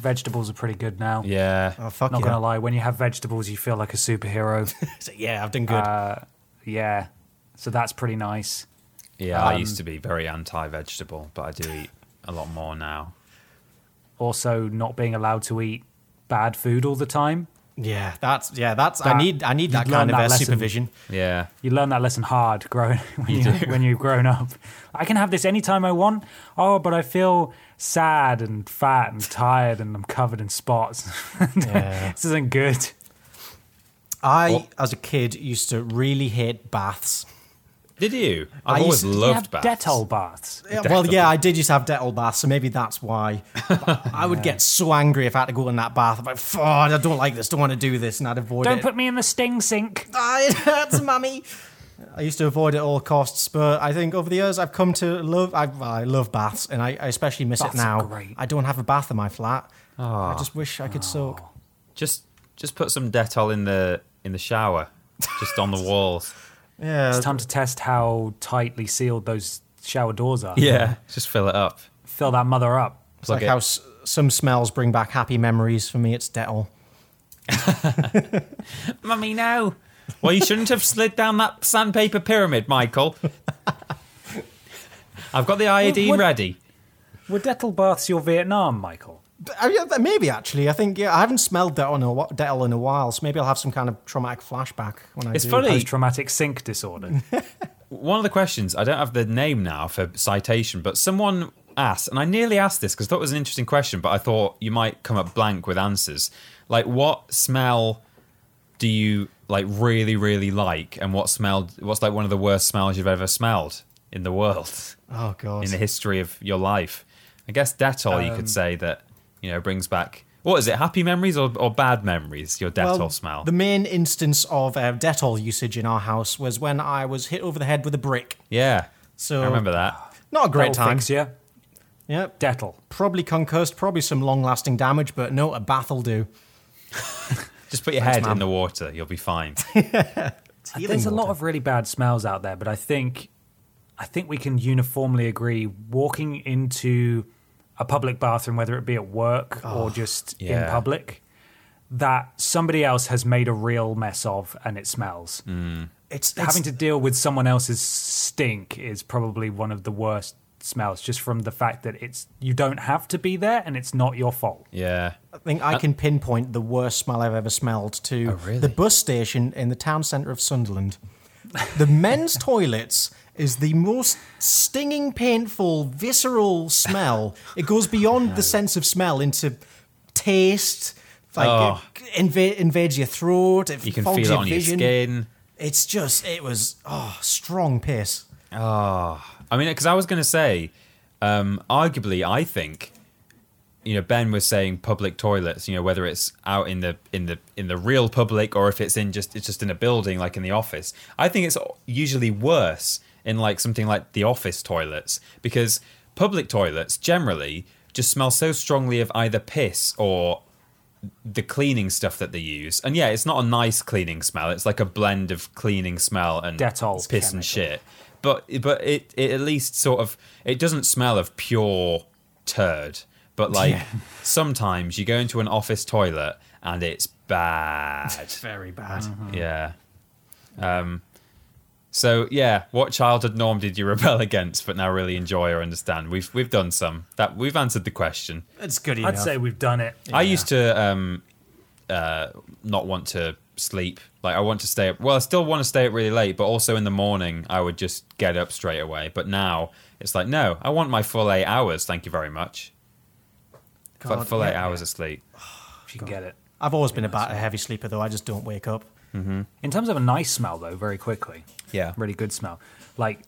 C: Vegetables are pretty good now.
E: Yeah.
D: Oh, fuck
C: Not
D: yeah.
C: gonna lie, when you have vegetables, you feel like a superhero.
D: So, yeah, I've done good.
C: Uh, yeah. So that's pretty nice.
E: Yeah, I used to be very anti vegetable, but I do eat a lot more now.
C: Also, not being allowed to eat bad food all the time.
D: yeah, that's, yeah, that's, I
C: that-
D: need, I need that
C: you'd
D: kind
C: learn
D: of
C: that
D: uh,
C: lesson.
D: supervision.
E: Yeah.
C: You learn that lesson hard growing when, you when you've grown up. I can have this anytime I want. Oh, but I feel sad and fat and tired and I'm covered in spots. this isn't good.
D: I,
E: Well-
D: as a kid, used to really hate baths.
E: Did you?
D: I
E: I've
D: used
E: always
D: to-
C: You
E: loved
C: have
E: baths.
C: Dettol baths.
D: Yeah,
E: Dettol.
D: well, yeah, I did used to have Dettol baths, so maybe that's why. But I would get so angry if I had to go in that bath. I'm like, "Fuck, I don't like this, don't want to do this, and I'd avoid
C: Don't
D: it.
C: put me in the sting sink.
D: Ah, it hurts, mummy. I used to avoid it at all costs, but I think over the years I've come to love. I, well, I love baths, and I, I especially miss
C: Baths
D: it
C: are
D: now.
C: great.
D: I don't have a bath in my flat. I just wish I could soak.
E: Just just put some Dettol in the in the shower. Just on the walls.
D: Yeah,
C: It's time to test how tightly sealed those shower doors are.
E: Yeah. Just fill it up.
C: Fill that mother up.
D: it's like
E: it.
D: how s- some smells bring back happy memories. For me, it's Dettol.
E: Mummy, no. Well, you shouldn't have slid down that sandpaper pyramid, Michael. I've got the iodine
C: what-
E: ready.
C: Were Dettol baths your Vietnam, Michael?
D: But, uh, yeah, maybe actually, I think yeah, I haven't smelled Dettol in a, wh- Dettol in a while, so maybe I'll have some kind of traumatic flashback when I.
E: It's
D: do.
E: funny.
C: Post traumatic sink disorder.
E: One of the questions, I don't have the name now for citation, but someone asked, and I nearly asked this because I thought it was an interesting question, but I thought you might come up blank with answers. Like, what smell do you like really, really like, and what smell? What's like one of the worst smells you've ever smelled in the world?
D: Oh god.
E: in the history of your life. I guess Dettol, you
D: Um,
E: could say that you know brings back what is it? Happy memories or, or bad memories? Your Dettol
D: Well,
E: smell.
D: The main instance of uh, Dettol usage in our house was when I was hit over the head with a brick.
E: yeah,
D: So-
E: I remember that.
D: Not a great
C: That'll
D: time.
C: Fix you.
D: Yep.
C: Dettol.
D: Probably concussed, probably some long lasting damage, but no, a bath will do.
E: Just put your head in the water, you'll be fine.
C: Uh, There's a lot of really bad smells out there, but I think I think we can uniformly agree walking into a public bathroom, whether it be at work or just in
E: yeah.
C: public, that somebody else has made a real mess of and it smells.
D: It's, it's
C: Having to deal with someone else's stink is probably one of the worst smells just from the fact that it's you don't have to be there and it's not your fault.
E: Yeah.
D: I think
E: Uh,
D: I can pinpoint the worst smell I've ever smelled to
E: Oh,
D: the bus station in the town centre of Sunderland. The men's toilets is the most stinging, painful, visceral smell. It goes beyond the sense of smell into taste. Like
E: Oh.
D: it inv- invades your throat. It
E: You can
D: fogs
E: feel it
D: your
E: on
D: vision.
E: your skin.
D: It's just it was oh strong piss.
E: I mean, because I was going to say, um, arguably, I think, you know, Ben was saying public toilets. You know, whether it's out in the in the in the real public or if it's in just it's just in a building like in the office. I think it's usually worse in like something like the office toilets because public toilets generally just smell so strongly of either piss or the cleaning stuff that they use. And yeah, it's not a nice cleaning smell. It's like a blend of cleaning smell and
C: Dettol
E: piss and shit. But but it, it at least sort of it doesn't smell of pure turd. But like sometimes you go into an office toilet and it's bad.
D: Very bad.
E: yeah. Um so yeah, what childhood norm did you rebel against but now really enjoy or understand? We've we've done some. That we've answered the question.
D: It's good
C: I'd say we've done it.
E: I used to um, uh, not want to sleep. Like I want to stay up. Well, I still want to stay up really late, but also in the morning I would just get up straight away. But now it's like, no, I want my full eight hours. Thank you very much. Fu-
D: God,
E: full eight
D: yeah.
E: hours of sleep.
C: If you can get it.
D: I've always been about a heavy sleeper though. I just don't wake up.
C: In terms of a nice smell, though, very quickly.
E: Yeah.
C: Really good smell. Like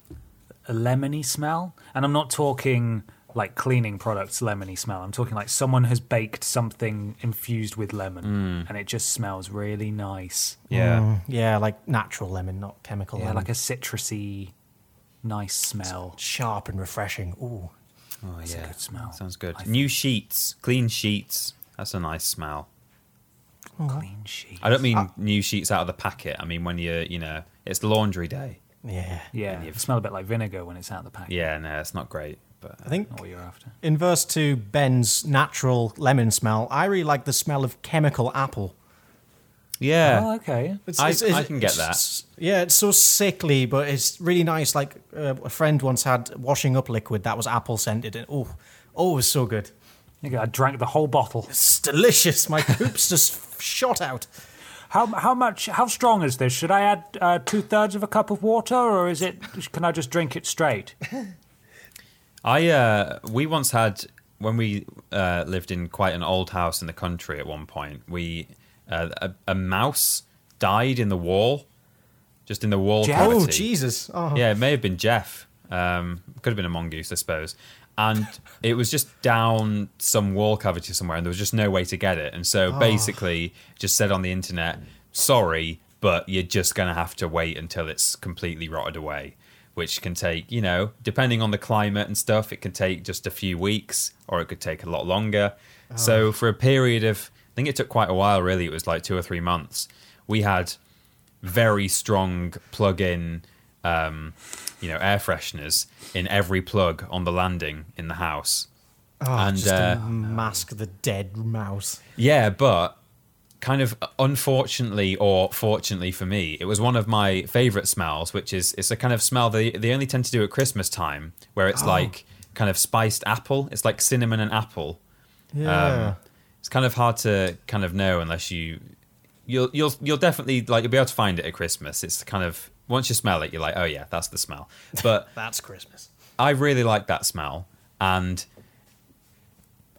C: a lemony smell. And I'm not talking like cleaning products lemony smell. I'm talking like someone has baked something infused with lemon
E: Mm.
C: and it just smells really nice.
E: Yeah.
D: Yeah, like natural lemon, not chemical
C: Yeah,
D: lemon.
C: like a citrusy, nice smell.
D: sharp and refreshing. Ooh,
E: Oh yeah.
C: good smell.
E: Sounds good.
C: I think.
E: New sheets, clean sheets. That's a nice smell.
C: Clean sheet.
E: I don't mean new sheets out of the packet. I mean when you're, you know, it's laundry day.
D: yeah.
C: Yeah, it smells a bit like vinegar when it's out of the packet.
E: Yeah, no, it's not great. But uh,
D: I think
C: Not what you're after.
D: Oh, in verse two, Ben's natural lemon smell. I really like the smell of chemical apple.
E: yeah.
C: Oh, okay.
E: I- I can get that.
D: it's- yeah, it's so sickly, but it's really nice. Like uh, a friend once had washing up liquid that was apple scented, and oh, oh, it was so good.
C: Okay, I drank the whole bottle.
D: It's delicious. My poops just shot out.
C: How how much? How strong is this? Should I add uh, two thirds of a cup of water, or is it? Can I just drink it straight?
E: I uh, we once had when we uh, lived in quite an old house in the country at one point. We uh, a, a mouse died in the wall, just in the wall
C: Jeff?
E: cavity.
D: Oh Jesus! Oh,
E: Yeah, it may have been Jeff. Um, could have been a mongoose, I suppose. And it was just down some wall cavity somewhere, and there was just no way to get it. And so basically, just said on the internet, "Sorry, but you're just gonna have to wait until it's completely rotted away." Which can take, you know, depending on the climate and stuff, it can take just a few weeks, or it could take a lot longer. So for a period of, I think it took quite a while. Really, it was like two or three months. We had very strong plug-in, um, you know, air fresheners in every plug on the landing in the house. and
D: just
E: uh,
D: to mask the dead mouse.
E: yeah, but kind of unfortunately or fortunately for me, it was one of my favorite smells, which is it's a kind of smell they they only tend to do at Christmas time, where it's like kind of spiced apple. It's like cinnamon and apple.
D: Yeah.
E: It's kind of hard to kind of know unless you you'll you'll you'll definitely like you'll be able to find it at Christmas. It's kind of once you smell it, you're like, oh yeah, that's the smell. But
D: That's Christmas.
E: I really like that smell, and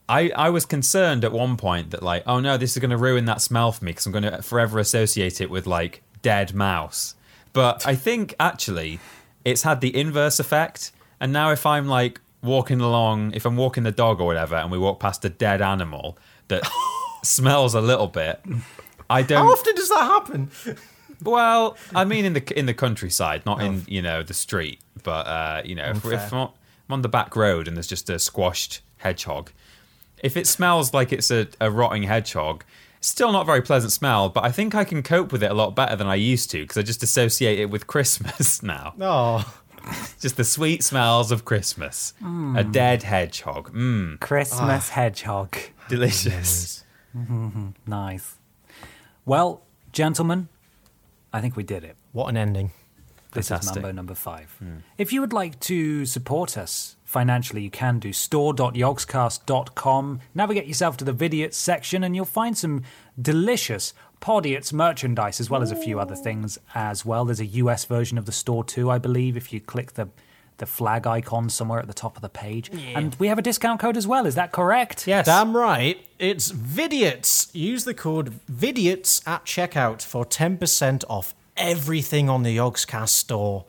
E: I I was concerned at one point that like, oh no, this is going to ruin that smell for me because I'm going to forever associate it with like dead mouse. But I think actually, it's had the inverse effect, and now if I'm like walking along, if I'm walking the dog or whatever, and we walk past a dead animal that smells a little bit. I don't.
D: How often does that happen?
E: Well, I mean, in the in the countryside, not in you know the street, but uh, you know, if, we're- if
D: Unfair.
E: I'm on- I'm on the back road and there's just a squashed hedgehog, if it smells like it's a, a rotting hedgehog, still not very pleasant smell, but I think I can cope with it a lot better than I used to because I just associate it with Christmas now.
D: Oh,
E: Just the sweet smells of Christmas, a dead hedgehog, mmm,
C: Christmas hedgehog.
E: delicious.
C: Nice. Well, gentlemen, I think we did it.
D: what an ending!
C: This is
E: Fantastic.
C: Mambo number five. If you would like to support us financially, you can do store.yogscast.com. Navigate yourself to the Vidiots section and you'll find some delicious Podiots merchandise as well as a few other things as well. There's a US version of the store too, I believe, if you click the the flag icon somewhere at the top of the page. And we have a discount code as well, is that correct?
E: Yes.
D: Damn right. It's Vidiots. Use the code Vidiots at checkout for 10% off everything on the Yogscast store.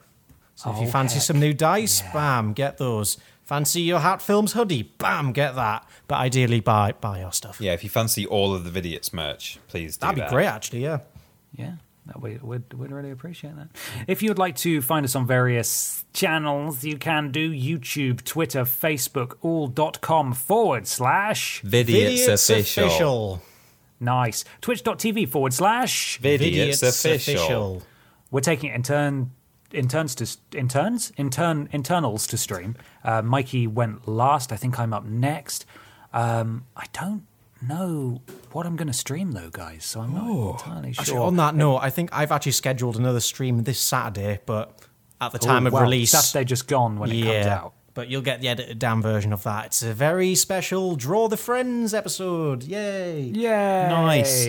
D: So if you
C: Oh,
D: fancy
C: heck.
D: some new dice, bam, get those. Fancy your Hat Films hoodie, bam, get that. But ideally, buy, buy your stuff.
E: Yeah, if you fancy all of the Vidiots merch, please do
D: That'd be
E: that.
D: great, actually, yeah.
C: Yeah, that we would would really appreciate that. If you would like to find us on various channels, you can do YouTube, Twitter, Facebook, all.com forward slash
E: Vidiots, official.
C: nice. Twitch.tv forward slash
E: Vidiots, official.
C: we're taking it in turn in turns to in turns in turn internals to stream uh, mikey went last i think i'm up next um, i don't know what i'm going to stream though guys so i'm not entirely sure
D: Oh, Actually, on that note, I think I've actually scheduled another stream this Saturday, but at
E: Oh,
D: the time
C: Ooh,
D: of
C: well,
D: release,
C: saturday just gone when it comes out
D: But you'll get the edited down version of that. It's a very special Draw the Friends episode. Yay.
C: Yeah.
D: Nice.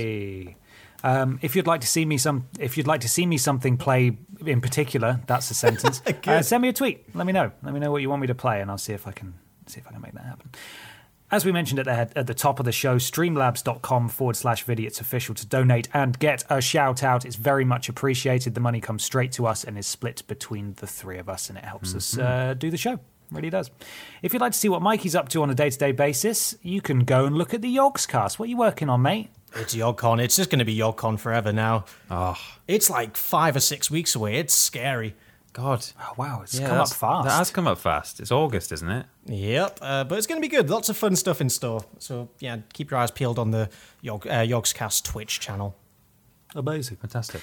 C: Um, if you'd like to see me some, if you'd like to see me something play in particular, that's a sentence. uh, send me a tweet. Let me know. Let me know what you want me to play, and I'll see if I can see if I can make that happen. As we mentioned at the head, at the top of the show, streamlabs.com forward slash vidiots official to donate and get a shout out. It's very much appreciated. The money comes straight to us and is split between the three of us, and it helps us uh, do the show. Really does. If you'd like to see what Mikey's up to on a day to day basis, you can go and look at the Yogscast. What are you working on, mate?
D: It's YogCon. It's just going to be YogCon forever now.
C: Ah.
D: It's like five or six weeks away. It's scary.
E: God.
C: Oh, wow, it's
E: Yeah,
C: come up
E: that's- That has
C: fast.
E: come up fast. It's August, isn't it?
D: Yep. Uh, but it's going to be good. Lots of fun stuff in store. So, yeah, keep your eyes peeled on the Yog, uh, Yogscast Twitch channel.
C: Amazing.
E: Fantastic.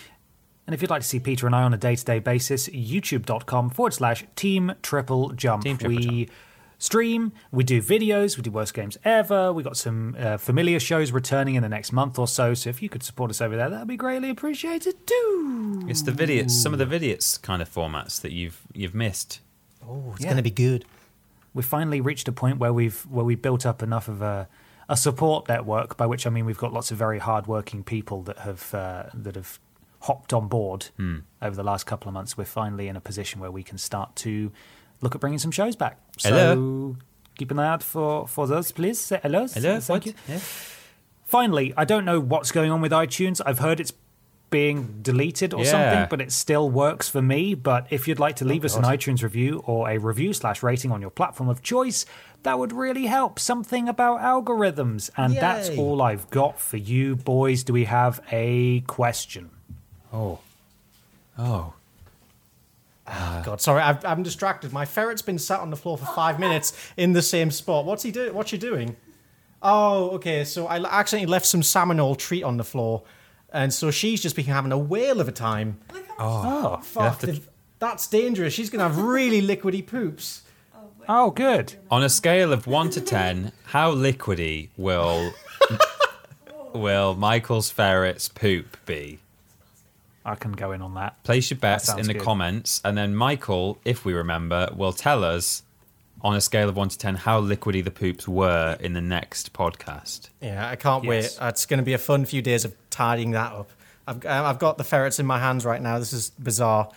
C: And if you'd like to see Peter and I on a day to day basis, youtube.com forward slash team triple jump.
E: Team Triple
C: we stream, we do videos, we do worst games ever. We got some uh, familiar shows returning in the next month or so. So if you could support us over there, that'd be greatly appreciated too.
E: It's the Vidiots, some of the Vidiots kind of formats that you've you've missed.
D: Oh, it's
C: Yeah.
D: going to be good.
C: We've finally reached a point where we've where we built up enough of a a support network, by which I mean we've got lots of very hardworking people that have uh, that have hopped on board
E: Hmm.
C: over the last couple of months. We're finally in a position where we can start to look at bringing some shows back. So
E: Hello.
C: keep an eye out for for those, please. Say hello.
E: Hello,
C: Thank you.
E: Yeah.
C: Finally, I don't know what's going on with iTunes. I've heard it's being deleted or
E: Yeah.
C: something, but it still works for me. But if you'd like to leave us an iTunes review or a review slash rating on your platform of choice, that would really help. Something about algorithms. And that's
D: Yay.
C: all I've got for you, boys. Do we have a question?
E: Oh. Oh.
D: God, sorry, I've, I'm distracted. My ferret's been sat on the floor for five minutes in the same spot. What's he doing? What's she doing? Oh, okay. So I accidentally left some salmon oil treat on the floor, and so she's just been having a whale of a time.
C: Oh,
D: Fuck, th- that's dangerous. She's gonna have really liquidy poops.
C: oh good.
E: On a scale of one to ten, how liquidy will will Michael's ferret's poop be?
C: I can go in on that.
E: Place your bets
C: sounds
E: in the
C: good.
E: comments, and then Michael, if we remember, will tell us on a scale of one to ten how liquidy the poops were in the next podcast.
D: Yeah, I can't
C: Yes.
D: wait. It's gonna be a fun few days of tidying that up. I've uh, I've got the ferrets in my hands right now. This is bizarre.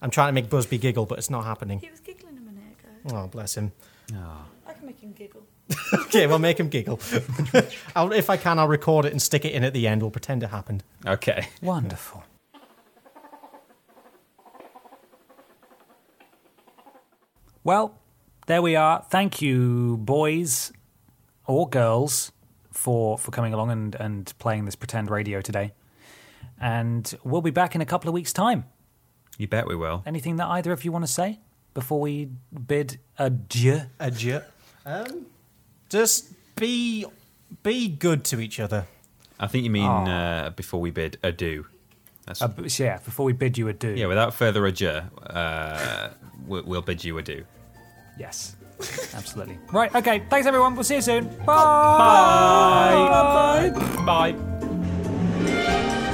D: I'm trying to make Busby giggle, but it's not happening.
G: He was giggling a minute ago.
D: Oh, bless him.
G: I can make him giggle.
D: Okay, we'll make him giggle. I'll, if I can, I'll record it and stick it in at the end. We'll pretend it happened.
E: Okay.
C: Wonderful. Well, there we are. Thank you, boys or girls, for for coming along and, and playing this pretend radio today. And we'll be back in a couple of weeks' time.
E: You bet we will.
C: Anything that either of you want to say before we bid adieu?
D: Adieu. Um, just be be good to each other.
E: I think you mean uh, before we bid adieu. That's,
C: Uh, b- yeah, before we bid you adieu.
E: yeah, without further adieu, uh, we- we'll bid you adieu.
C: Yes, absolutely. Right. Okay. Thanks, everyone. We'll see you soon. Bye.
E: Bye.